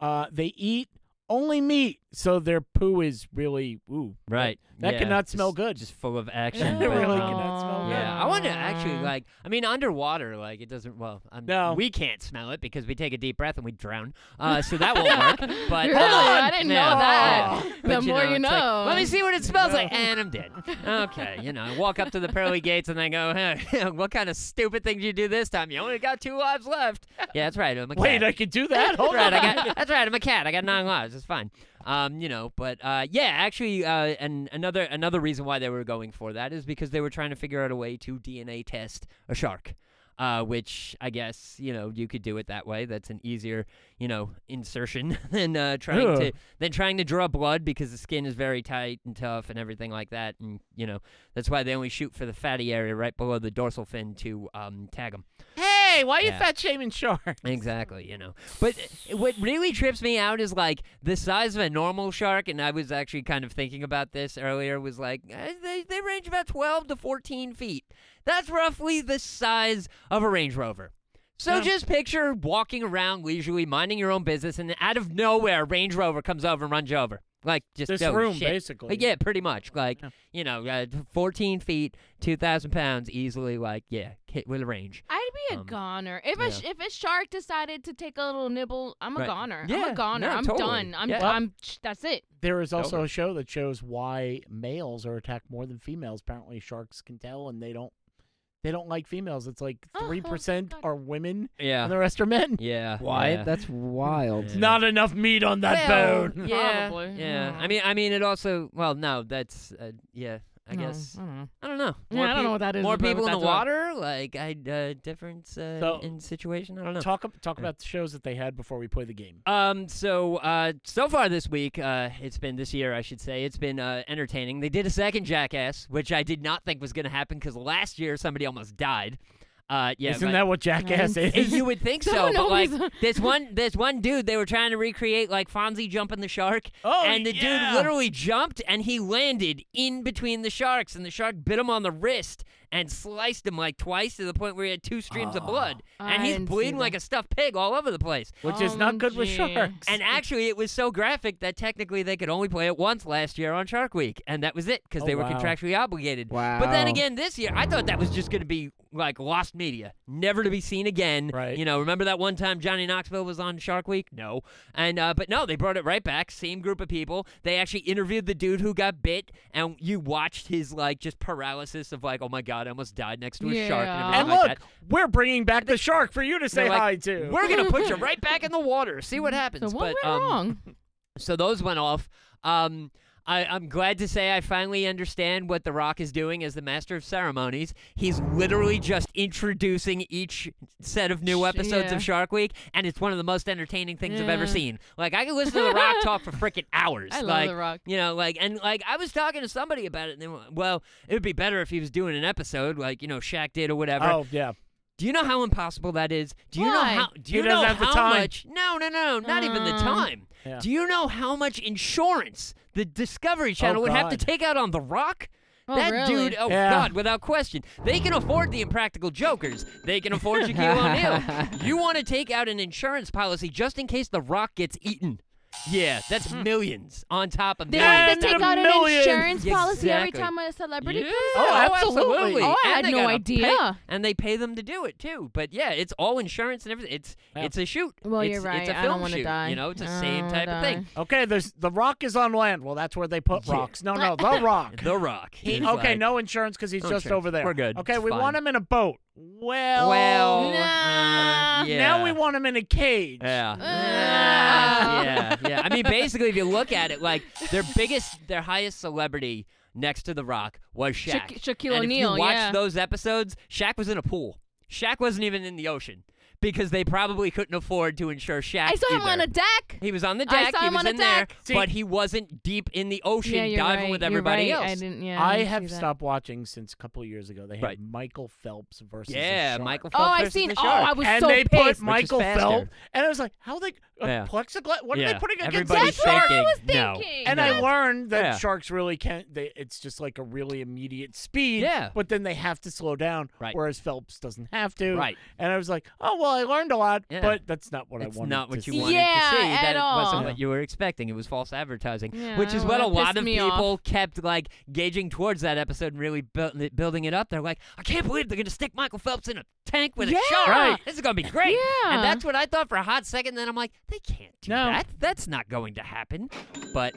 Uh, they eat only meat, so their poo is really ooh. Right. That yeah, cannot smell just- good. Just full of action. It really but, um, cannot smell good. Yeah, I want to actually like. I mean, underwater, like it doesn't. Well, I'm, No. we can't smell it because we take a deep breath and we drown. Uh, so that won't work. But Really? I uh, didn't yeah. know that. Yeah. The But, more you it's like, know. Let me see what it smells like, and I'm dead. Okay, you know, I walk up to the pearly gates and I go, "Hey, "What kind of stupid thing did you do this time? You only got two lives left." Yeah, that's right. I'm a Wait, cat. I could do that? Hold That's right, on. I got, that's right. I'm a cat. I got nine lives. It's fine. Um, you know, but uh, yeah, actually, uh, and another another reason why they were going for that is because they were trying to figure out a way to DNA test a shark, uh, which I guess you know you could do it that way. That's an easier you know insertion than uh, trying Yeah. to than trying to draw blood because the skin is very tight and tough and everything like that. And you know that's why they only shoot for the fatty area right below the dorsal fin to um, tag them. hey, why are you Yeah. fat shaming shark? Exactly, you know. But uh, what really trips me out is like the size of a normal shark, and I was actually kind of thinking about this earlier. Was like eh, they they range about twelve to fourteen feet. That's roughly the size of a Range Rover. So just picture walking around leisurely, minding your own business, and out of nowhere, a Range Rover comes over and runs you over. Like just This oh, room, shit. basically. Like, yeah, pretty much. Like you know, uh, fourteen feet, two thousand pounds, easily. Like yeah, hit with a range. I'd be a Um, goner if a yeah. sh- if a shark decided to take a little nibble. I'm a Right. goner. I'm Yeah, a goner. no, I'm totally. done. I'm Yeah. I'm. sh- That's it. There is also Over. a show that shows why males are attacked more than females. Apparently, sharks can tell, and they don't. They don't like females. It's like Oh, oh, three percent God. are women, Yeah. and the rest are men. Yeah. Why? yeah. That's wild. Yeah. Not enough meat on that Well, bone. Yeah, Probably. Yeah. Mm. I mean, I mean, it also. Well, no, that's. Uh, yeah. I No, guess. I don't know. I don't know. Yeah, I don't know what that is, More but people in the that's what- water, like I uh, difference uh, So- in situation. I don't know. Talk ab- talk about the shows that they had before we play the game. Um. So, uh, so far this week, uh, it's been this year, I should say, it's been uh, entertaining. They did a second Jackass, which I did not think was going to happen because last year somebody almost died. Uh, yeah. Isn't but- that what Jackass And is? you would think so, Someone but like always- this one, this one dude, they were trying to recreate like Fonzie jumping the shark, Oh, and the yeah. dude literally jumped and he landed in between the sharks, and the shark bit him on the wrist and sliced him like twice to the point where he had two streams of blood, I and he's didn't see bleeding like that. a stuffed pig all over the place. Which is not good with OMG. sharks. And actually, it was so graphic that technically they could only play it once last year on Shark Week, and that was it because Oh, they were wow. contractually obligated. But then Wow. again, this year I thought that was just going to be like lost media, never to be seen again. Right. You know, remember that one time Johnny Knoxville was on Shark Week? No. And uh, but no, they brought it right back. Same group of people. They actually interviewed the dude who got bit, and you watched his like just paralysis of like, oh my god, I almost died next to a shark. Yeah. And, everything And like look, that. we're bringing back the shark for you to say They're like, hi to. We're gonna put you right back in the water. See what happens. um, So what but, went um, wrong? so those went off. Um, I, I'm glad to say I finally understand what The Rock is doing as the master of ceremonies. He's literally just introducing each set of new episodes Yeah. of Shark Week, and it's one of the most entertaining things I've ever Yeah. seen. Like I could listen to The Rock talk for freaking hours. I love like, The Rock. You know, like and like I was talking to somebody about it, and they were well, it would be better if he was doing an episode like you know Shaq did or whatever. Oh yeah. Do you know how impossible that is? Do you Why? know how? Do He you doesn't know have the how time. much? No, no, no, not even the Um, time. Yeah. Do you know how much insurance the Discovery Channel would have to Oh, God. take out on The Rock? Oh, that really? dude, oh Yeah. God, without question. They can afford the Impractical Jokers. They can afford Shaquille O'Neal. You want to take out an insurance policy just in case The Rock gets eaten. Yeah, that's Hmm. millions on top of They, Yeah, they millions. it's take a out an million. insurance policy every Exactly. time a celebrity Yeah. comes out. out. Oh, Oh, absolutely. absolutely. Oh, I And had they no gotta idea. pay- and they pay them to do it too. But yeah, it's all insurance and everything. It's Yeah. it's a shoot. Well, it's, you're right. It's a I film don't wanna shoot. die. You know, it's the I same don't type wanna of thing. Okay, there's the rock is on land. Well, that's where they put Yeah. rocks. No, no, the rock. The Rock. He- is okay, like- no insurance because he's No just insurance. over there. We're good. Okay, It's we want fine. him in a boat. Well, Well, Nah. uh, yeah. now we want him in a cage. Yeah. Ah. yeah, yeah. I mean, basically, if you look at it, like their biggest, their highest celebrity next to The Rock was Shaq. Shaq- Shaquille and If O'Neal, you watch yeah. those episodes, Shaq was in a pool. Shaq wasn't even in the ocean because they probably couldn't afford to insure Shaq. I saw him either. on a deck. He was on the I deck. saw he him was on a in there, deck. See- but he wasn't deep in the ocean yeah, you're Oh, diving right. with You're everybody right. I else. didn't. Yeah, I didn't have see that. stopped watching since a couple years ago. They had Right. Michael Phelps versus the Yeah, shark. Michael. Oh, Phelps I've versus seen. the Oh, shark. I was and so they pissed. put Michael faster. Phelps, and I was like, "How they uh, Yeah. plexiglass? What are Yeah. they putting against Everybody's that shark?" I thinking. was No. thinking. And I No. learned that Yeah. sharks really can't. They, it's just like a really immediate speed. Yeah. But then they have to slow down, Right. whereas Phelps doesn't have to. Right. And I was like, "Oh well, I learned a lot, Yeah. but that's not what it's I wanted." not to what you see. wanted Yeah, to see. That at wasn't all. what you were expecting. It was false advertising, Yeah, which is well, what a that lot pissed of me people off. kept like gauging towards that episode and really bu- building it up. They're like, I can't believe they're gonna stick Michael Phelps in a tank with Yeah. a shark. Right. This is gonna be great. Yeah. And that's what I thought for a hot second. Then I'm like, they can't do No. that. That's not going to happen. But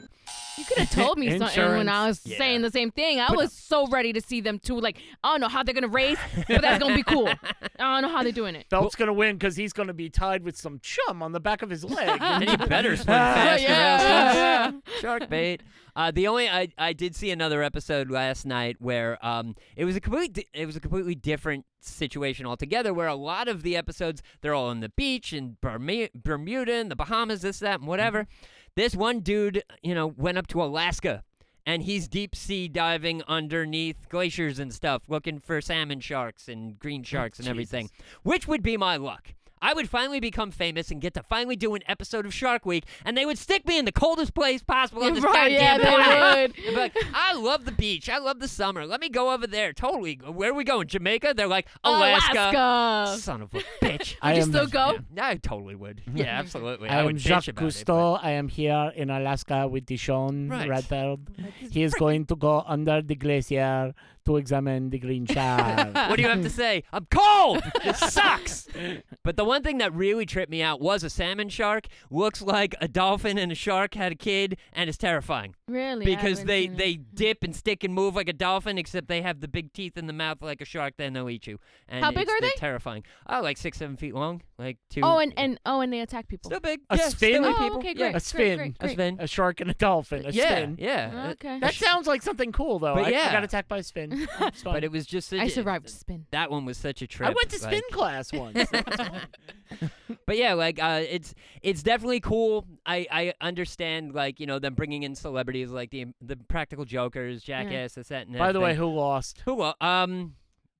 You could have told me something when I was Insurance. Yeah. uh, saying the same thing. I was so ready to see them too. Like I don't know how they're gonna race, but that's gonna be cool. I don't know how they're doing it. Phelps gonna win because he's gonna be tied with some chum on the back of his leg. and he better swim fast. or yeah, else yeah, he's- yeah. shark bait. Uh, the only I, I did see another episode last night where um it was a complete di- it was a completely different situation altogether. Where a lot of the episodes they're all on the beach in Bermu- Bermuda and the Bahamas, this that and whatever. This one dude, you know, went up to Alaska. And he's deep sea diving underneath glaciers and stuff, looking for salmon sharks and green sharks and everything, which would be my luck. I would finally become famous and get to finally do an episode of Shark Week, and they would stick me in the coldest place possible on this Right, yeah, goddamn planet. they I'd be like, I love the beach. I love the summer. Let me go over there. Totally. Where are we going? Jamaica? They're like, Alaska. Alaska. Son of a bitch. I you am- still go? Yeah, I totally would. Yeah, absolutely. I, I am would Jacques bitch about it, but- Cousteau. I am here in Alaska with Dishon Right. Redfield. He is going to go under the glacier to examine the green shark. What do you have to say? I'm cold. This sucks. But the one thing that really tripped me out was a salmon shark. Looks like a dolphin and a shark had a kid and is terrifying Really? I because haven't they seen it. they dip and stick and move like a dolphin, except they have the big teeth in the mouth like a shark. Then they'll eat you. And How big it's- are they're they? Terrifying. Oh, like six, seven feet long. Like two. Oh, and, and oh, and they attack people. still big. A yeah, spin? still oh, people. okay, Yeah. great. A spin. Great, A great, great. spin. a shark and a dolphin. A yeah, spin. yeah. Okay. That sounds like something cool, though. But I, yeah. I got attacked by a spin. It's fun. But it was just. a- I survived spin. That one was such a trip. I went to spin like- class once. But yeah, like uh, it's it's definitely cool. I, I understand like you know them bringing in celebrities like the the Practical Jokers, Jackass, this that and By the way, everything. who lost? who uh, um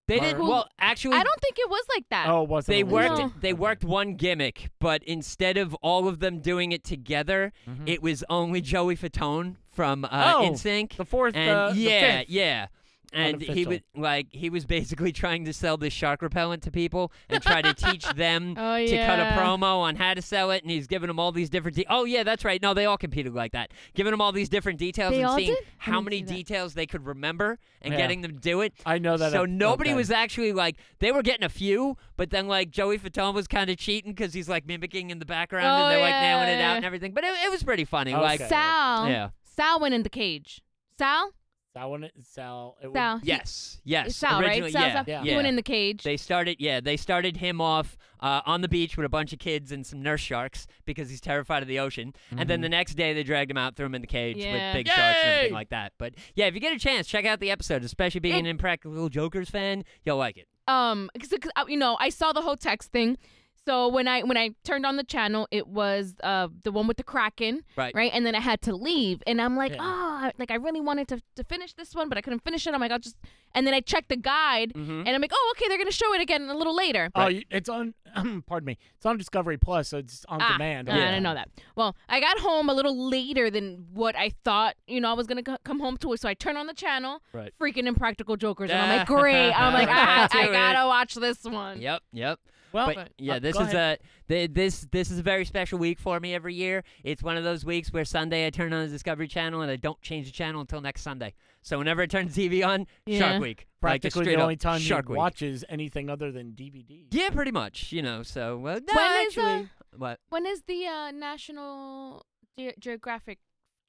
they did Who- well actually I don't think it was like that. Oh, it wasn't they Alicia. worked No. they worked one gimmick, but instead of all of them doing it together, it was only Joey Fatone from uh, Oh, NSYNC. the fourth, and uh, the yeah, fifth. yeah. And he Unofficial. would like he was basically trying to sell this shark repellent to people and try to teach them Oh, to cut a yeah. promo on how to sell it, and he's giving them all these different. De- oh yeah, that's right. No, they all competed like that, giving them all these different details They and all seeing did? I how didn't many see that. Oh, details they could remember and Yeah. getting them to do it. I know that. So of- of nobody them. was actually like they were getting a few, but then like Joey Fatone was kind of cheating because he's like mimicking in the background Oh, and they're like yeah, nailing it yeah, out yeah. and everything. But it, it was pretty funny. Okay. Like Sa- Sal. Yeah. Sal went in the cage. Sal. That one, Sal. It Sal. he- Yes, yes. it's Sal, originally, right? Sal's yeah, up- yeah. He went in the cage. They started, yeah, they started him off uh, on the beach with a bunch of kids and some nurse sharks because he's terrified of the ocean. And then the next day they dragged him out, threw him in the cage Yeah. with big sharks and Mm-hmm. Yay! everything like that. But yeah, if you get a chance, check out the episode, especially being an Impractical Jokers fan. You'll like it. um cause, 'cause, uh, you know i saw the whole text thing so when i when i turned on the channel it was uh the one with the kraken Right. right and then i had to leave and i'm like Yeah. oh I- like i really wanted to, to finish this one but i couldn't finish it i'm like i'll just and then i checked the guide Mm-hmm. and i'm like oh okay they're gonna show it again a little later Oh, you- it's on. Pardon me. It's on Discovery Plus, so it's on Ah, demand. uh, I didn't know that. Well, I got home a little later than what I thought. You know, I was gonna c- come home to it, so I turn on the channel, Right. freaking Impractical Jokers, and I'm like, great. I'm like, I, Back to I it. gotta watch this one. Yep, yep. Well, but yeah, this is a th- this this is a very special week for me every year. It's one of those weeks where Sunday I turn on the Discovery Channel and I don't change the channel until next Sunday. So whenever I turn the TV on, Yeah. Shark Week, Like, just practically straight the up only time he Shark Week. watches anything other than DVD. Yeah, pretty much. You know, so well, no, When is, uh, actually, what? When is the uh, National Ge- Geographic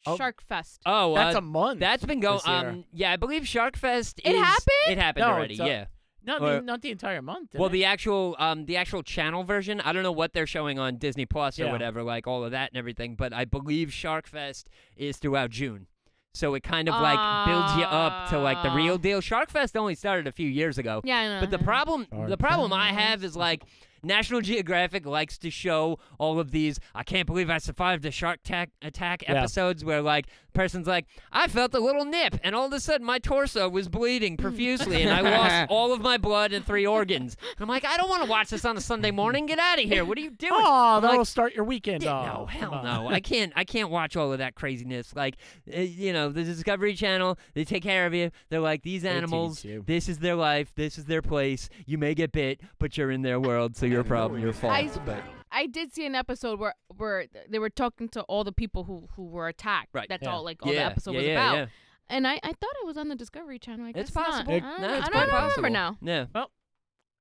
Oh. Shark Fest? Oh, That's uh, a month. that's been going. this year. Um, yeah, I believe Shark Fest. It is- happened? It happened No, already. it's, uh, Yeah. not or- the, not the entire month. Well, isn't it? the actual um the actual channel version, I don't know what they're showing on Disney Plus or Yeah. whatever, like all of that and everything, but I believe Shark Fest is throughout June. So it kind of like builds you up to like the Ah. real deal. Shark Fest only started a few years ago. yeah, I know. But the problem the Shark problem I have is like National Geographic likes to show all of these I can't believe I survived a shark tack attack Yeah. episodes where like person's like I felt a little nip and all of a sudden my torso was bleeding profusely and I lost all of my blood and three organs. And I'm like I don't want to watch this on a Sunday morning. Get out of here. What are you doing? Oh, I'm like, that'll start your weekend. yeah, off. no, Come hell on. no. I can't. I can't watch all of that craziness. Like, uh, you know, the Discovery Channel. They take care of you. They're like these teach animals. you. This is their life. This is their place. You may get bit, but you're in their world, so your problem, your fault. I, but I did see an episode where where they were talking to all the people who who were attacked. Right. That's Yeah. all like all yeah, the episode yeah, was yeah, about. yeah. And I, I thought it was on the Discovery Channel. I guess It's possible. Not. It- I don't, no, it's I don't quite remember possible. now. Yeah.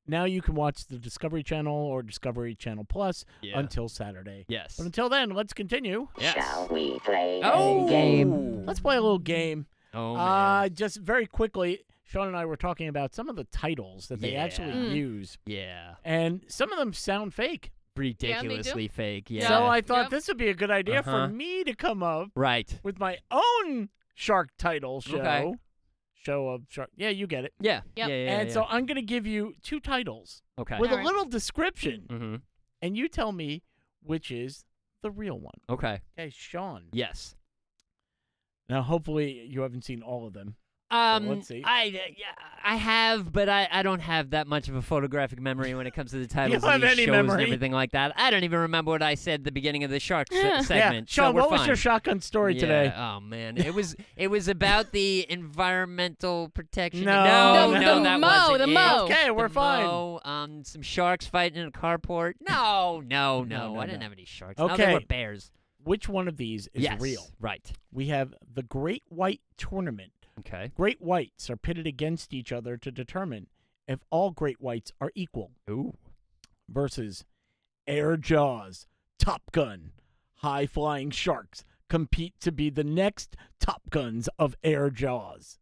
Now you can watch the Discovery Channel or Discovery Channel Plus Yeah. until Saturday. Yes. But until then, let's continue. Yes. we play Oh. game? Let's play a little game. Oh man. uh, just very quickly, Sean and I were talking about some of the titles that they actually Yeah. Mm. use, yeah. and some of them sound fake. Ridiculously fake. Yeah. So I thought Yep. this would be a good idea for Uh-huh. me to come up right. with my own shark title show. Okay. Show of shark. Yeah, you get it. Yeah. Yeah. Yep. Yeah. and yeah. so I'm going to give you two titles okay. with a Alright. little description, mm-hmm. and you tell me which is the real one. Okay. Okay, Sean. Yes. Now, hopefully, you haven't seen all of them. Um, let's see. I yeah, I have, but I, I don't have that much of a photographic memory when it comes to the titles don't of have these any shows memory. and everything like that. I don't even remember what I said at the beginning of the shark se- Yeah. segment. Yeah, so Sean, we're what was your fine. shotgun story Yeah, today? Oh man, it was it was about the environmental protection. No, no, The- no, the that Mo, wasn't the it. Mo. Okay, we're The fine. Mo, um, some sharks fighting in a carport. No, no, no, No, no, I didn't no. have any sharks. No, they Okay. were bears. Which one of these is yes, real? Right. We have the Great White Tournament. Okay. Great whites are pitted against each other to determine if all great whites are equal Ooh. versus Air Jaws, Top Gun, high flying sharks compete to be the next Top Guns of Air Jaws.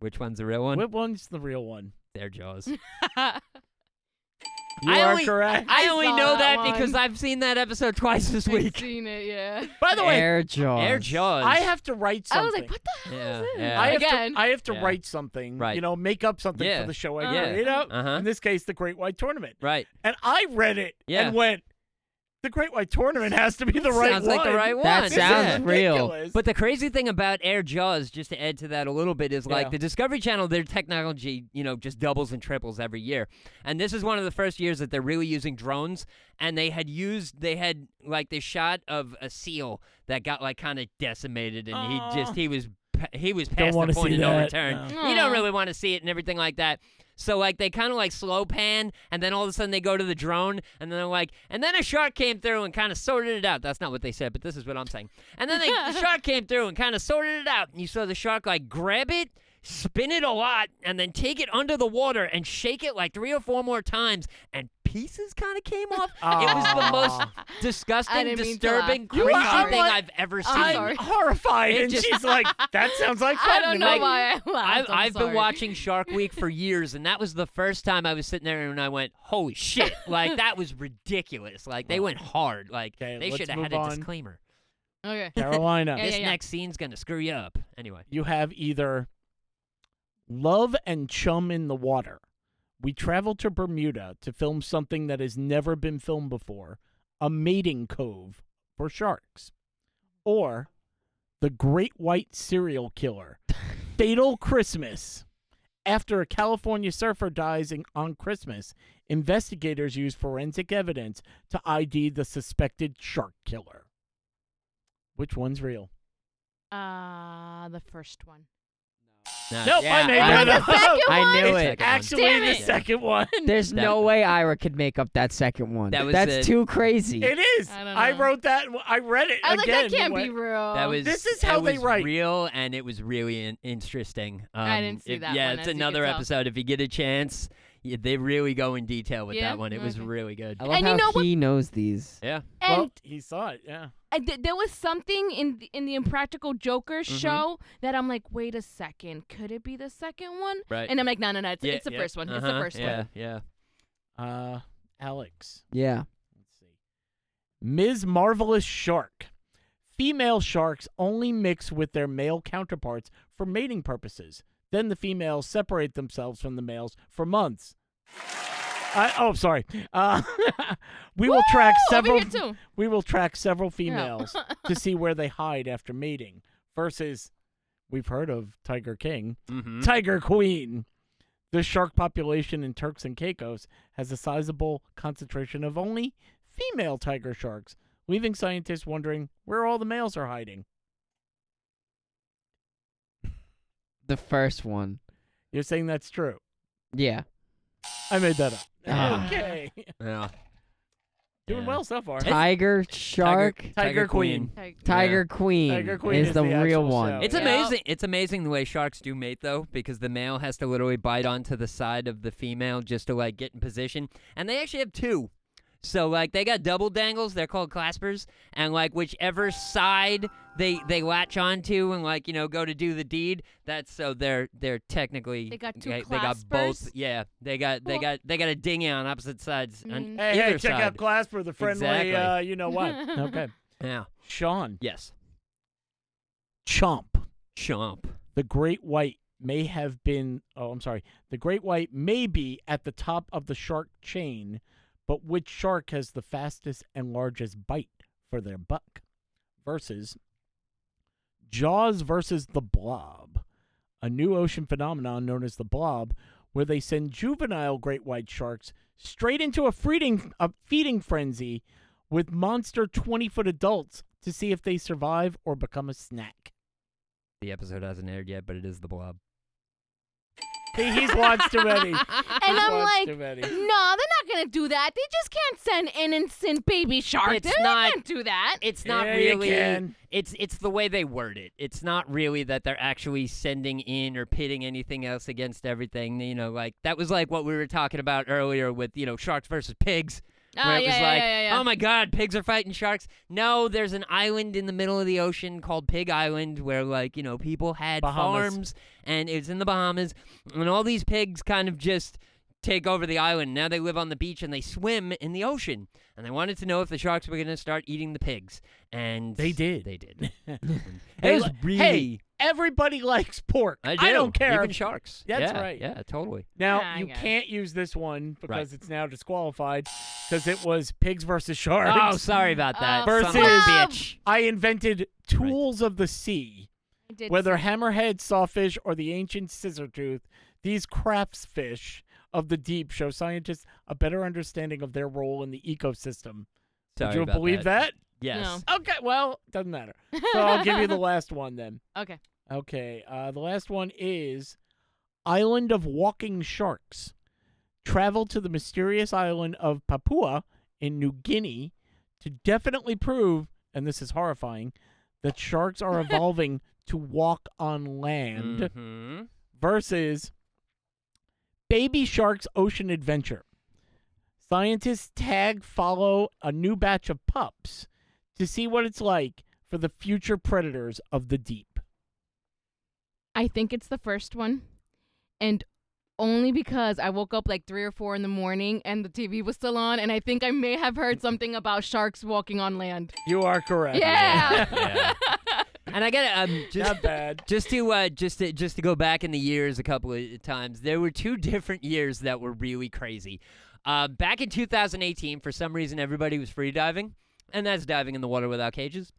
Which one's the real one? Which one's the real one? Their jaws. You I are only, correct. I, I only saw know that that, because one. I've seen that episode twice this I've week. seen it. Yeah. By the way, Air Jaws. Air Jaws. I have to write something. I was like, what the hell Yeah, is this? yeah. I have Again. to, I have to Yeah. write something, Right. you know, make up something Yeah. for the show I Uh-huh. create Yeah. up. Uh-huh. In this case, the Great White Tournament. Right. And I read it Yeah. and went, the Great White Tournament has to be the right Sounds one. like the right That one. This is sounds real. ridiculous. But the crazy thing about Air Jaws, just to add to that a little bit, is Yeah. like the Discovery Channel, their technology, you know, just doubles and triples every year. And this is one of the first years that they're really using drones. And they had used, they had like this shot of a seal that got like kind of decimated, and Aw. he just he was pa- he was past wanna the point see of no that. return. No. You don't Aw. really want to see it and everything like that. So like they kind of like slow pan, and then all of a sudden they go to the drone, and then they're like, and then a shark came through and kind of sorted it out. That's not what they said, but this is what I'm saying. And then they, the shark came through and kind of sorted it out, and you saw the shark like grab it, spin it a lot, and then take it under the water and shake it like three or four more times and. pieces kind of came off. It was the most disgusting, didn't mean to laugh. disturbing, You crazy are- thing I'm like- I've ever seen. I'm I'm sorry. horrified, It and just- she's like, "That sounds like fun." I don't to know me." why I laughed. I've, I'm I've been sorry. watching Shark Week for years, and that was the first time I was sitting there and I went, "Holy shit!" Like that was ridiculous. Like they went hard. Like Okay, they let's should have had move a on. disclaimer. Okay. Carolina, Yeah, this yeah, yeah. next scene's gonna screw you up. Anyway, you have either love and chum in the water. We travel to Bermuda to film something that has never been filmed before, a mating cove for sharks, or the great white serial killer, Fatal Christmas. After a California surfer dies in, on Christmas, investigators use forensic evidence to ID the suspected shark killer. Which one's real? Uh, the first one. no, Nope, Yeah, I made I- that up. I knew It's it. Actually, Damn the it. second one. There's That- no way Ira could make up that second one. That was That's it. too crazy. It is. I don't I, know. wrote that. I read it I was again. like, that can't be What- real. That was This is that how they was write. real, and it was really in- interesting. Um, I didn't see if- that Yeah, one, it's as you can another tell. episode. If you get a chance, y they really go in detail with Yeah? that one. It was Okay. really good. I love And how you know what- he knows these. Yeah, and Well, he saw it. Yeah. I- th- there was something in the, in the Impractical Joker Mm-hmm. show that I'm like, wait a second, could it be the second one? right. And I'm like, no, no, no, it's, yeah, it's the yeah, first one. It's the uh-huh, first yeah, one. Yeah, Uh, Alex. Yeah. Let's see. Ms. Marvelous Shark. Female sharks only mix with their male counterparts for mating purposes. Then the females separate themselves from the males for months. I, oh, sorry. Uh, we will track Woo! several. Over here too. We will track several females to see where they hide after mating. Versus, we've heard of Tiger King, hmm Tiger Queen. The shark population in Turks and Caicos has a sizable concentration of only female tiger sharks, leaving scientists wondering where all the males are hiding. The first one. You're saying that's true? Yeah. I made that up. Ah. Okay, Yeah. doing Yeah. well so far. It's- Tiger Shark. Tiger, Tiger, Tiger Queen. Like, Queen. Tiger Queen is, is the, the real actual one. show. It's Yeah. amazing. It's amazing the way sharks do mate though, because the male has to literally bite onto the side of the female just to like get in position, and they actually have two. So like they got double dangles. They're called claspers, and like whichever side they they latch onto and like you know go to do the deed. That's so they're they're technically They got two they, they got both. claspers? Yeah, they got they Well- Mm. got they got a dinghy on opposite sides. I on mean- Hey, hey, either check out side. Glasper, the friendly, Exactly. uh, you know what? okay, Yeah. Sean Yes. Chomp. Chomp. the great white may have been oh i'm sorry the great white may be at the top of the shark chain but which shark has the fastest and largest bite for their buck versus jaws versus the blob a new ocean phenomenon known as the blob where they send juvenile great white sharks straight into a feeding, a feeding frenzy with monster 20 foot adults to see if they survive or become a snack The episode hasn't aired yet, but it is the blob. See, he's watched too many. And And I'm like, no, they're not gonna do that. They just can't send an innocent baby shark. It's they not- can't do that. It's not Yeah, you really. can. It's it's the way they word it. It's not really that they're actually sending in or pitting anything else against everything. You know, like that was like what we were talking about earlier with you know sharks versus pigs. Ah, Where it yeah, was yeah, like, yeah, yeah. oh my god, pigs are fighting sharks. No, there's an island in the middle of the ocean called Pig Island where, like, you know, people had Bahamas. farms and it's in the Bahamas, and all these pigs kind of just take over the island. Now they live on the beach and they swim in the ocean. And they wanted to know if the sharks were going to start eating the pigs. And They did. They did. it Hey, was li- really. hey, everybody likes pork. I, do. not care. Even sharks. That's Yeah, right. Yeah, totally. Now Ah, I you guess. can't use this one because it's now disqualified because it was pigs versus sharks. Oh, sorry about that. Uh, Son of a Versus- bitch. I invented tools of the sea, I did whether see- hammerhead, sawfish, or the ancient scissortooth. These crafts fish of the deep show scientists a better understanding of their role in the ecosystem. Sorry Would you about believe that? that? Yes. No. Okay, well, doesn't matter. So I'll give you the last one then. Okay. Okay. Uh, the last one is Island of Walking Sharks. Travel to the mysterious island of Papua in New Guinea to definitely prove, and this is horrifying, that sharks are evolving to walk on land Mhm. versus Baby Shark's Ocean Adventure. Scientists tag follow a new batch of pups to see what it's like for the future predators of the deep. I think it's the first one. And only because I woke up like three or four in the morning and the TV was still on, and I think I may have heard something about sharks walking on land. You are correct. Yeah. And I got um, just Not bad. just to uh, just to, just to go back in the years a couple of times, there were two different years that were really crazy. Uh, back in 2018, for some reason, everybody was free diving, and that's diving in the water without cages.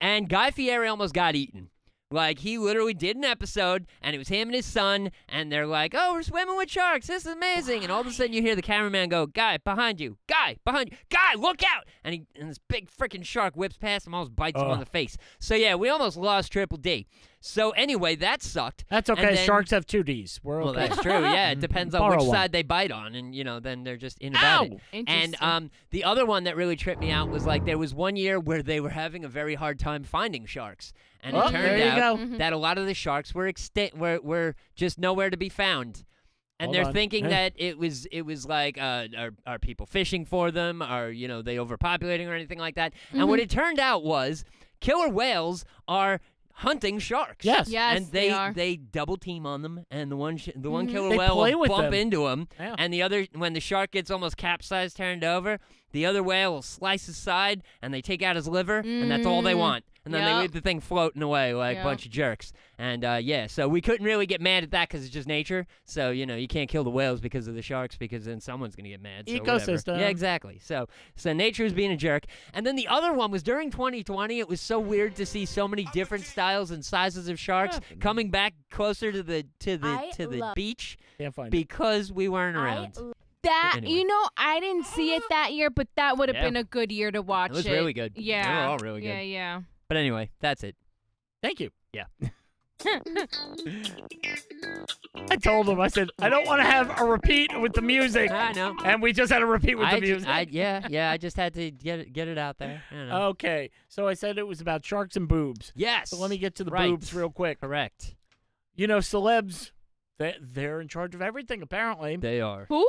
And Guy Fieri almost got eaten. Like he literally did an episode, and it was him and his son, and they're like, "Oh, we're swimming with sharks. This is amazing!" And all of a sudden, you hear the cameraman go, "Guy, behind you! Guy, behind you! Guy, look out!" And he and this big freaking shark whips past him, almost bites him Ugh. on the face. So yeah, we almost lost Triple D. So anyway, that sucked. That's And okay. then- Sharks have two D's. We're Well, okay. that's true. Yeah, it depends on Borrow which one. side they bite on, and you know, then they're just in about it. Ow! And Interesting. um, the other one that really tripped me out was like there was one year where they were having a very hard time finding sharks, and Oh, it there turned you out go. that a lot of the sharks were extinct, were were just nowhere to be found. And Hold they're on. thinking Hey. that it was it was like uh, are are people fishing for them? Are you know they overpopulating or anything like that? And Mm-hmm. what it turned out was killer whales are hunting sharks. Yes. yes, and they are. double team on them, and the one sh- the one Mhm. killer They whale play will with bump them. into him, Yeah. and the other when the shark gets almost capsized, turned over, the other whale will slice his side, and they take out his liver, and that's all they Mm. want, and then Yep. they leave the thing floating away like a Yep. bunch of jerks, and uh, yeah, so we couldn't really get mad at that because it's just nature, so you know you can't kill the whales because of the sharks because then someone's gonna get mad. so whatever. Ecosystem. yeah, exactly. So so nature was being a jerk, and then the other one was during 2020. It was so weird to see so many different styles and sizes of sharks coming back closer to the to the I to the love- beach Can't find it. because we weren't around. that anyway. you know, I didn't see it that year, but that would have Yeah. been a good year to watch. was really good. They were Yeah, all really good. Yeah, yeah. But anyway, that's it. Thank you. Yeah. I told him, I said, I don't want to have a repeat with the music. I know. And we just had a repeat with the I ju- music. I- yeah, yeah. I just had to get it, get it out there. you know. okay. So I said it was about sharks and boobs. yes. So let me get to the right. boobs real quick. Correct. You know, celebs, they, they're in charge of everything, apparently. They are Who?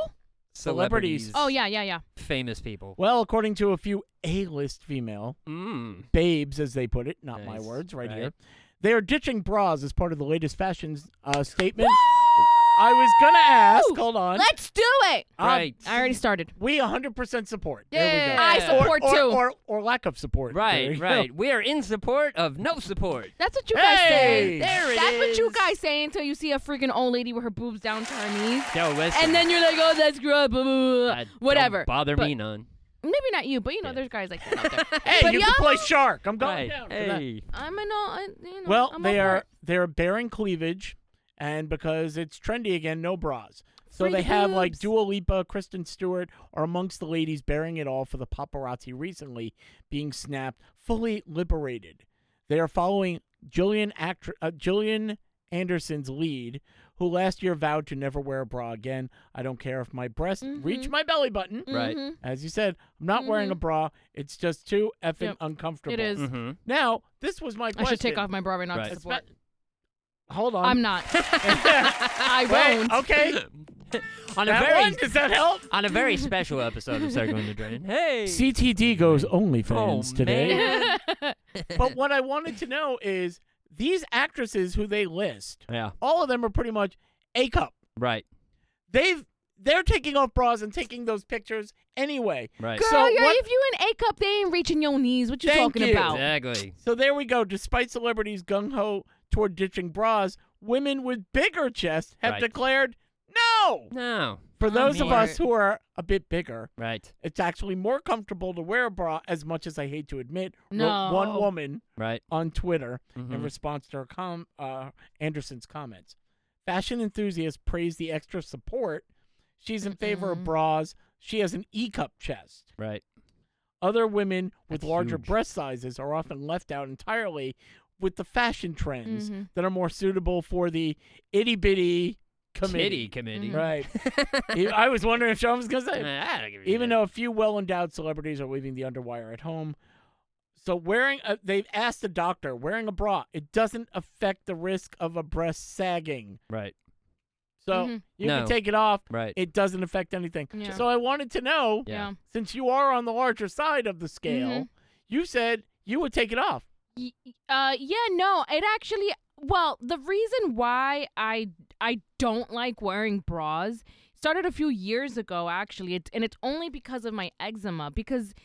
Celebrities. Oh yeah, yeah, yeah. Famous people. Well, according to a few A list female Mm. babes, as they put it, not my Nice. words, right, Right. here, they are ditching bras as part of the latest fashion uh, statement. I was going to ask, hold on. Let's do it. Um, right. I already started. We 100% support. There we Yeah. go. I Or- support or, too. Or, or lack of support. There Right, you go. right. We are in support of no support. That's what you guys Hey! say. There it That's what you is. guys say until you see a freaking old lady with her boobs down to her knees. Yo, listen. And then you're like, oh, that's gross, blah, blah, blah, Uh, blah. don't whatever. bother But me none. Maybe not you, but you know, there's guys like that out there. Hey, But you can y'all- play shark. I'm going Right. down. for that. Hey. I'm an all, I- you know, Well, I'm they all for are it. they're bearing cleavage, and because it's trendy again, no bras. So Free they the have like boobs. Dua Lipa, Kristen Stewart are amongst the ladies bearing it all for the paparazzi recently being snapped fully liberated. They are following Jillian actr- uh, Jillian Anderson's lead, who last year vowed to never wear a bra again. I don't care if my breasts Mm-hmm. reach my belly button. Right. Mhm. As you said, I'm not wearing a bra. It's just too effing Mm-hmm. Yep. uncomfortable. It is. Mm-hmm. Now, this was my question. I should take off my bra right now Right. to support. Hold on. I'm not. I Wait, won't. okay. On a That very one, does that help? on a very special episode of Circling the Drain. Hey. CTD goes OnlyFans Oh, today. man. But what I wanted to know is these actresses who they list, yeah. all of them are pretty much A cup. Right. They've they're taking off bras and taking those pictures anyway. Right. Girl, So you're, what- if you an A cup, they ain't reaching your knees. What you Thank talking you. about? Exactly. So there we go. Despite celebrities gung ho toward ditching bras, women with bigger chests have Right. declared no. No. For I'm those of more- us who are a bit bigger, Right. it's actually more comfortable to wear a bra, as much as I hate to admit, wrote No. one woman Right. on Twitter in Mhm. response to her com- uh, Anderson's comments. Fashion enthusiasts praise the extra support. She's in favor of bras. She has an E cup chest. Right. Other women with That's larger huge. breast sizes are often left out entirely with the fashion trends Mhm. that are more suitable for the itty bitty Committee committee. Mm-hmm. committee. Right. I was wondering if Sean was going to say it. I don't give a Even shit. though a few well endowed celebrities are leaving the underwire at home. So wearing a, they've asked the doctor, wearing a bra, it doesn't affect the risk of a breast sagging. Right. So Mhm. you No. can take it off. Right. It doesn't affect anything. Yeah. So I wanted to know Yeah. yeah. since you are on the larger side of the scale, Mhm. you said you would take it off. Y- uh yeah no it actually well the reason why i i don't like wearing bras started a few years ago actually it, and it's only because of my eczema because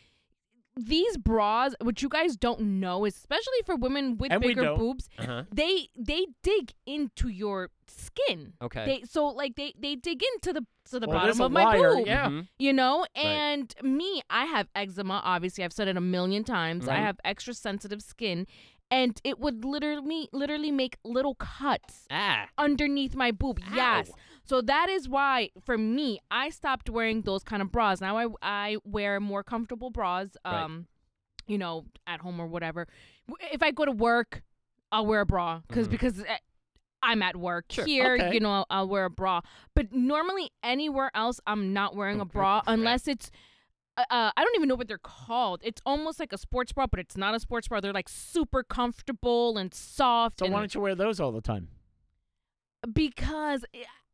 these bras what you guys don't know especially for women with And we bigger don't. boobs Uh-huh. they they dig into your skin Okay. they so like they they dig into the to the Well, there's bottom a of my liar. boob Yeah. Mhm. you know and me i have eczema obviously i've said it a million times i Right. have extra sensitive skin and it would literally literally make little cuts Ah. underneath my boob yes Ow. so that is why for me i stopped wearing those kind of bras now i, I wear more comfortable bras Right. um you know at home or whatever W- if i go to work i'll wear a bra because Mhm. because uh, i'm at work here okay. you know I'll, I'll wear a bra but normally anywhere else i'm not wearing a bra unless it's uh, uh, I don't even know what they're called. It's almost like a sports bra, but it's not a sports bra. They're like super comfortable and soft. So and why don't you wear those all the time? because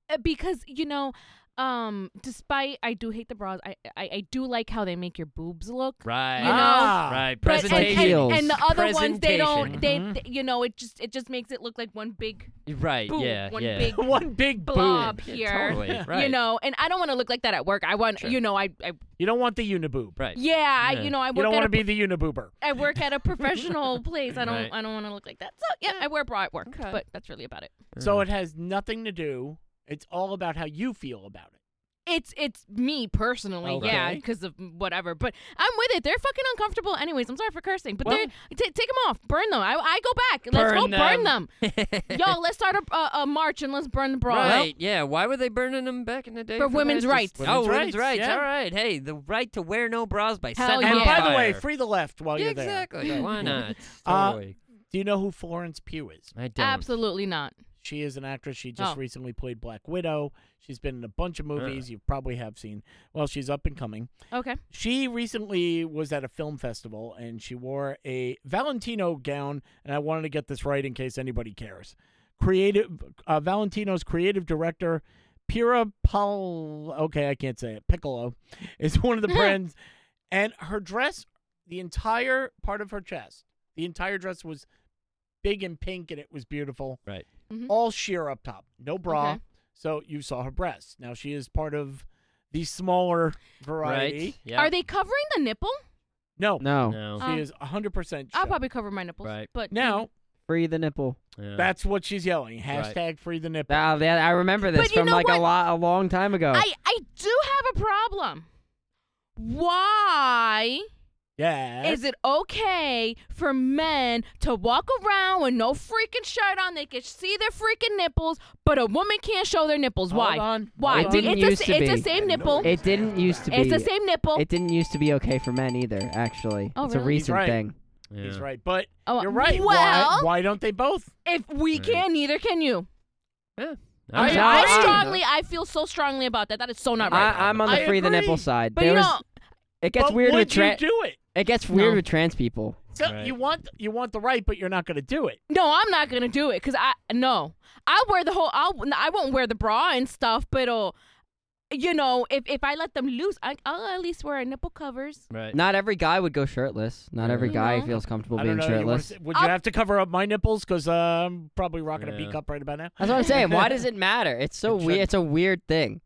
uh, because you know um despite i do hate the bras i i, I do like how they make your boobs look Right. You know? Ah. Right. But- and- and, Presentation. Mm-hmm. heels. and the other ones they don't they, Presentation. they- you know it just it just makes it look like one big right. boob yeah. one yeah. big One big blob boob. Yeah, here Totally. Right. you know and i don't want to look like that at work i want Sure. you know i, I You don't want the uniboob. Right. yeah, Yeah. I you know i You work don't at want a to be the uniboober. I work at a professional place. I don't. Right. I don't want to look like that. So yeah, I wear a bra at work, but that's really about it. Mm. So it has nothing to do. It's all about how you feel about it. It's it's me personally, Okay. yeah, because of whatever. But I'm with it. They're fucking uncomfortable, anyways. I'm sorry for cursing, but Well- they're t- take them off, burn them. I, I go back. Let's go Burn burn them. Yo, let's start a, a, a march and let's burn the bra. Right. Yeah. Why were they burning them back in the day? For women's that? Just- rights. oh, Women's women's rights. rights, yeah. All right. Hey, the right to wear no bras by Hell setting Oh, yeah. And on by the fire. way, free the left while Yeah, you're there. exactly. Why not? Uh, Totally. Do you know who Florence Pugh is? I don't. Absolutely not. She is an actress. She just Oh. recently played Black Widow. She's been in a bunch of movies you probably have seen. Well, she's up and coming. Okay. She recently was at a film festival and she wore a Valentino gown. And I wanted to get this right in case anybody cares. Creative uh, Valentino's creative director, Pira Pal. Okay, I can't say it. Piccolo is one of the brands. And her dress, the entire part of her chest, the entire dress was big and pink and it was beautiful Right. all sheer up top, no bra. Okay. So you saw her breasts. Now she is part of the smaller variety. Right. Yeah. Are they covering the nipple? No, No. No. she Um, is 100% show. I'll probably cover my nipples. Right. But now, Free the nipple. Yeah. that's what she's yelling. Right. Hashtag free the nipple. Ah, that, I remember this But you from know like what? a lot a long time ago. I I do have a problem. Why? yeah. Is it okay for men to walk around with no freaking shirt on? They can see their freaking nipples, but a woman can't show their nipples. Hold Why? on, Why? it's hold on. It didn't the, used to it's the be. same nipple. it didn't used to be. it's the same nipple. It didn't used to be okay for men either. Actually, Oh, it's a really? He's recent right. thing. Yeah. He's right. But Oh, you're right. why, well- why don't they both? if we Right. can, neither can you. All right. No, I I- strongly, I feel so strongly about that. That is so not right. I, I'm on I the free the nipple agree. side. but there you was, know, it gets But weird would with trans. you do it? It gets weird No. with trans people. So Right. you want you want the right, but you're not going to do it. no, I'm not gonna do it because I no, I'll wear the whole. I'll I won't wear the bra and stuff, but uh, you know, if if I let them loose, I, I'll at least wear nipple covers. Right. Not every guy would go shirtless. Not every Yeah. guy No. feels comfortable I don't being know. you wanna shirtless. say- would you I'll- have to cover up my nipples? Because uh, I'm probably rocking a Yeah. peak up right about now. That's what I'm saying. Why does it matter? It's It so weird. shouldn't. It's a weird thing.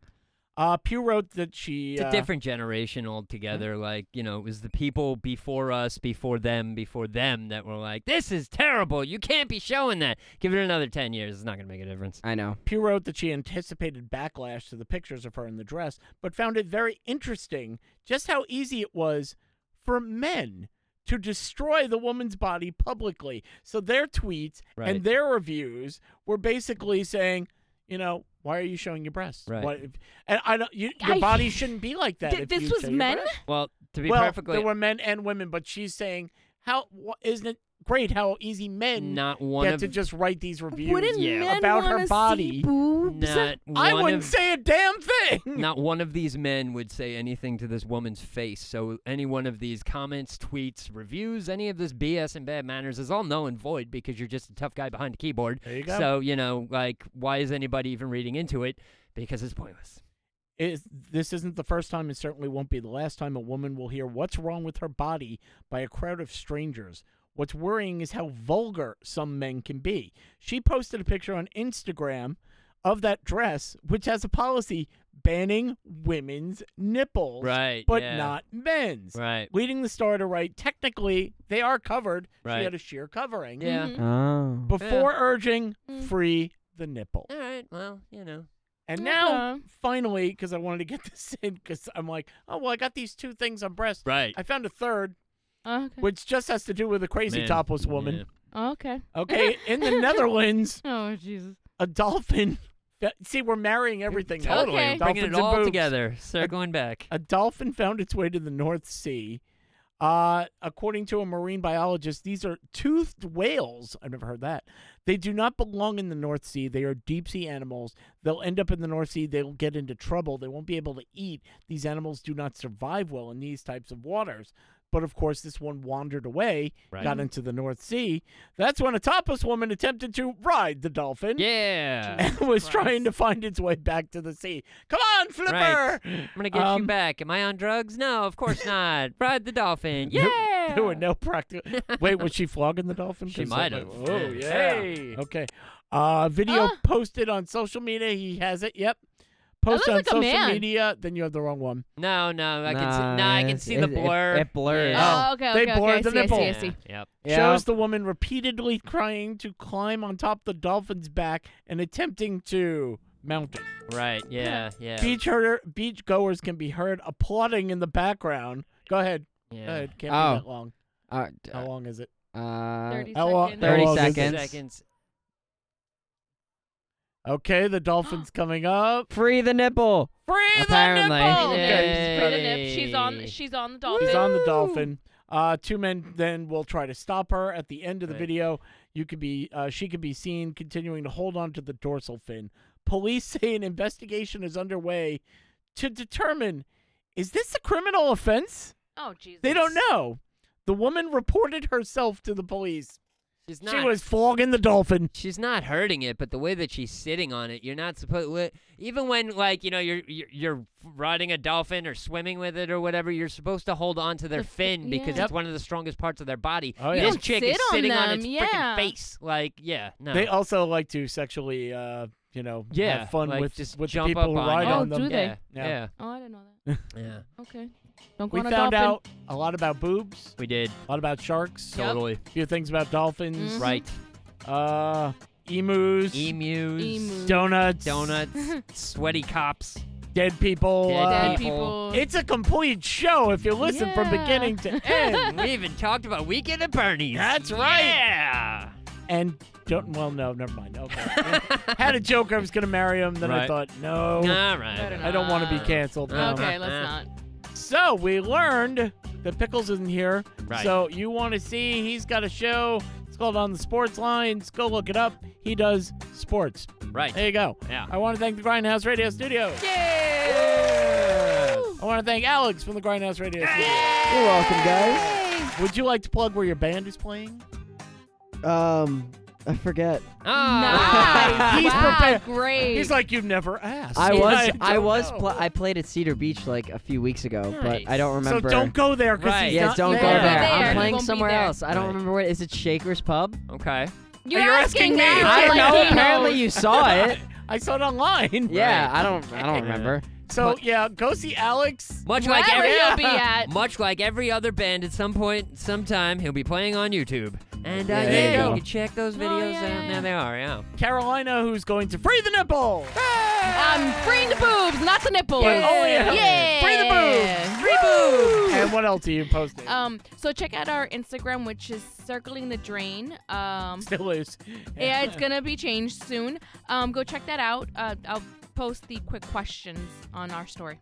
Uh, Pew wrote that she. It's uh, a different generation altogether. Like, you know, it was the people before us, before them, before them that were like, this is terrible. You can't be showing that. Give it another 10 years. It's not going to make a difference. I know. Pew wrote that she anticipated backlash to the pictures of her in the dress, but found it very interesting just how easy it was for men to destroy the woman's body publicly. So their tweets Right. and their reviews were basically saying, you know, why are you showing your breasts? Right. Why- and I don't. You, your I- body shouldn't be like that. Th- if this you was show your men? breasts." Well, to be well, perfectly there were men and women, but she's saying, how wha- isn't it great how easy men Not one get of to just write these reviews Wouldn't Yeah. men about wanna her body. See boobs? not one I wouldn't of, say a damn thing. not one of these men would say anything to this woman's face. So any one of these comments, tweets, reviews, any of this BS and bad manners is all null and void because you're just a tough guy behind a keyboard. There you go. So you know, like, why is anybody even reading into it? Because it's pointless. Is this isn't the first time and certainly won't be the last time a woman will hear what's wrong with her body by a crowd of strangers. What's worrying is how vulgar some men can be. She posted a picture on Instagram of that dress, which has a policy banning women's nipples, Right, but yeah. not men's. Right. Leading the star to write, technically they are covered. She Right. had a sheer covering. Yeah. Mhm. Oh. Before urging Mm. free the nipple. All right. Well, you know. And Uh-huh. now, Okay. finally, because I wanted to get this in, because I'm like, oh, well, I got these two things on breast. Right. I found a third, Okay. which just has to do with a crazy Man, topless woman. Okay. Okay. In the Netherlands, Oh Jesus. a dolphin. See, we're marrying everything. now. Totally. Okay. We're Bringing Dolphins it and all boobs. together. Circling back. A dolphin found its way to the North Sea. Uh, according to a marine biologist, these are toothed whales. I've never heard that. They do not belong in the North Sea. They are deep sea animals. They'll end up in the North Sea. They'll get into trouble. They won't be able to eat. These animals do not survive well in these types of waters. But of course, this one wandered away, Right. got into the North Sea. That's when a topless woman attempted to ride the dolphin Yeah. and was Christ. trying to find its way back to the sea. Come on, Flipper! Right. I'm gonna get Um, you back. Am I on drugs? No, of course not. Ride the dolphin. There- Yeah. There were no practical. Wait, was she flogging the dolphin? She 'Cause might that have. might- Oh Yeah. yeah. Hey. Okay. Uh, video Huh? posted on social media. He has it. Yep. Post looks on like a social man. media. Then you have the wrong one. No, no, I can see, no, I can Nice. see It- the it- blur. it blurs. Yeah. Oh, okay. they okay, bored the okay. I see, I see, I nipple. see. Yeah, Yep. Oh. Shows the woman repeatedly trying to climb on top the dolphin's back and attempting to mount it. Right. Yeah. Yeah. Beach herder, beach goers can be heard applauding in the background. Go ahead. yeah. Go ahead. Can't Oh. be that long. Uh, d- How long is it? uh, Thirty how long- seconds. how Thirty long is it? seconds. Seconds. Okay, the dolphin's coming up. Free the nipple. Free the Apparently. nipple! Okay. Free the nip. Oh, She's on. Yay. She's on the dolphin. He's on the dolphin. Uh, two men then will try to stop her. At the end of the Right. video, you could be uh, she could be seen continuing to hold on to the dorsal fin. Police say an investigation is underway to determine is this a criminal offense? Oh Jesus. They don't know. The woman reported herself to the police. She's not. She was flogging the dolphin. She's not hurting it, but the way that she's sitting on it, you're not supposed. Even when, like, you know, you're, you're you're riding a dolphin or swimming with it or whatever, you're supposed to hold on to their The fin- fin because yeah. Yep. it's one of the strongest parts of their body. Oh, And yeah. You This don't chick sit is on sitting on, them, its yeah. freaking face. Like, yeah, no. They also like to sexually, uh, you know, yeah, have fun like, with just with the jump people up who on ride you. Oh, on them. do they? Yeah, Yeah. yeah, Oh, I didn't know that. yeah. Okay. Don't go We on a found dolphin. out a lot about boobs, We did a lot about sharks. Yep. totally few things about dolphins. Mhm. right. Uh, emus, Emus, Emu. donuts, donuts, sweaty cops. dead people. Dead uh, Dead people. people. It's a complete show if you listen from Yeah. beginning to end. we even talked about weekend at Bernie's. That's right. Yeah. and don't. Well, no, never mind. Okay. Had a joke I was gonna marry him, then I Right. thought no. All right. Better I don't want to be not. canceled. No. Okay, let's not. So we learned that Pickles isn't here. Right. So you want to see? He's got a show. It's called On the Sports Lines. Go look it up. He does sports. Right. There you go. Yeah. I want to thank the Grindhouse Radio Studio. I want to thank Alex from the Grindhouse Radio Studio. You're welcome, guys. Would you like to plug where your band is playing? Um, I forget. Oh. Ah. Nice. He's wow, prepared. Great. He's like, you've never asked. I Yeah, was don't I, was know. pl- I played at Cedar Beach like a few weeks ago, but I Nice. don't So remember. don't go there because Right. he's yeah, not don't go there. there. He's not there. I'm He playing won't be somewhere there. else. I don't Right. remember what. Is it Shaker's Pub? Okay. You're, You're asking asking me. now. I don't don't like know. he Apparently knows. you saw it. I saw it online. Yeah, I don't. I don't Yeah. remember. So yeah, go see Alex. Much like Wherever every he'll be at. much like every other band, at some point, sometime, he'll be playing on YouTube. And uh, There yeah, you you, go. can check those videos Oh, yeah, out. yeah. There they are. Yeah. Carolina, who's going to free the nipple. I'm freeing Um, the boobs, not the nipples. But only a- Yeah. Oh, free the boobs. Free boobs. And what else are you posting? Um, so check out our Instagram, which is circling the drain. Um, Still loose. yeah, it's gonna be changed soon. Um, go check that out. Uh, I'll post the quick questions on our story.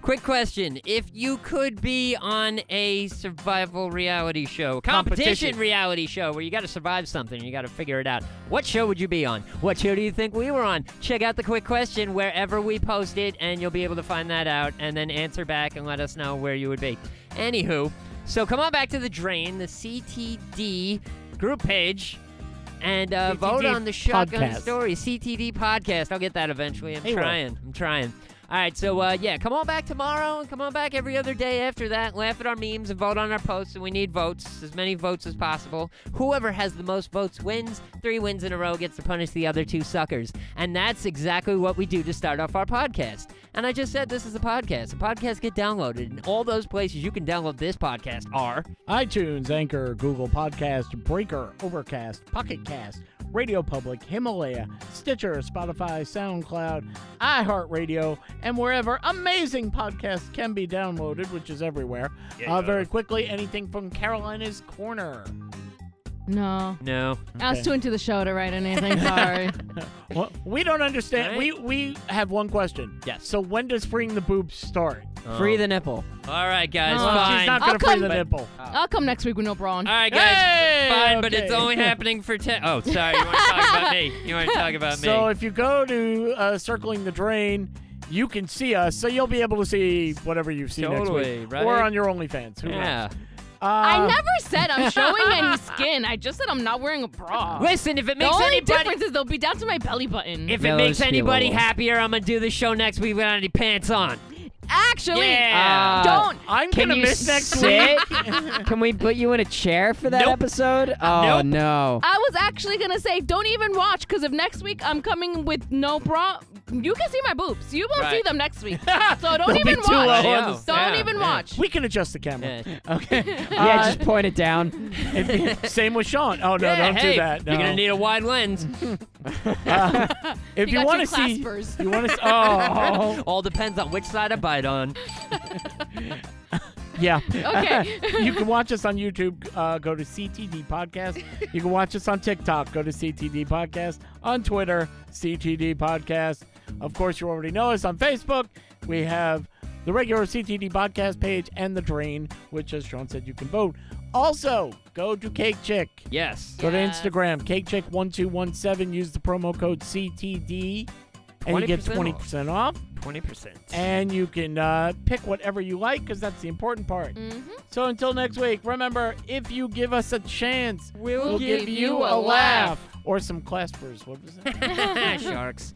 Quick question: If you could be on a survival reality show, competition, Competition. reality show, where you got to survive something, you got to figure it out, what show would you be on? What show do you think we were on? Check out the quick question wherever we post it, and you'll be able to find that out, and then answer back and let us know where you would be. Anywho, so come on back to the drain, the CTD group page. And uh, vote CTD on the shotgun podcast. story CTD podcast. I'll get that eventually. I'm Hey, Will. trying. I'm trying. All right, so uh, yeah, come on back tomorrow and come on back every other day after that. Laugh at our memes and vote on our posts, and we need votes, as many votes as possible. Whoever has the most votes wins. Three wins in a row gets to punish the other two suckers. And that's exactly what we do to start off our podcast. And I just said this is a podcast. The podcasts get downloaded, and all those places you can download this podcast are. iTunes, Anchor, Google Podcast, Breaker, Overcast, Pocket Cast, Radio Public, Himalaya, Stitcher, Spotify, SoundCloud, iHeartRadio, and wherever amazing podcasts can be downloaded, which is everywhere. Uh, very quickly, anything from Carolina's Corner. No. No. I was Okay. too into the show to write anything. Sorry. Well, we don't understand. Right. We we have one question. Yes. So when does freeing the boobs start? Oh. Free the nipple. All right, guys. Oh. Well, fine. she's not I'll gonna free come- the nipple. Ah. I'll come next week with no brawn. All right, guys. Hey, fine, but it's okay. only happening for ten. Oh, sorry. You want to talk about me? You want to talk about Uh, me? So if you go to uh, circling the drain, you can see us. So you'll be able to see whatever you've seen next Totally, week, right? or on your OnlyFans. Who yeah. knows? I Uh, never said I'm showing any skin. I just said I'm not wearing a bra. Listen, if it the makes only anybody difference is they'll be down to my belly button. if it Mellow makes skin anybody level. happier, I'm gonna do the show next week without any pants on. Actually, Yeah. don't. I'm Uh, Can gonna you miss next sit? week. Can we put you in a chair for that Nope. episode? Oh Nope. no. I was actually gonna say don't even watch because if next week I'm coming with no bra, you can see my boobs. You won't Right. see them next week, so don't They'll be even too low watch. on the Don't stand. even Yeah. watch. We can adjust the camera. Yeah. Okay. yeah, Uh, just point it down. if- same with Sean. Oh no, Yeah, don't hey, do that. No. You're gonna need a wide lens. if He you got want to two see, claspers. you want to. Oh, All depends on which side I bite on. yeah. Okay. you can watch us on YouTube. Uh, go to CTD Podcast. You can watch us on TikTok. Go to CTD Podcast. On Twitter, CTD Podcast. Of course, you already know us on Facebook. We have the regular CTD Podcast page and the Drain, which, as Sean said, you can vote. Also, go to Cake Chick. Yes. Go to Yes. Instagram, Cake Chick 1217. Use the promo code CTD. And you get 20% 20% off. Twenty percent. And you can uh, pick whatever you like because that's the important part. Mhm. So until next week, remember if you give us a chance, We'll we'll give give you you a a laugh or some claspers. What was that? Sharks.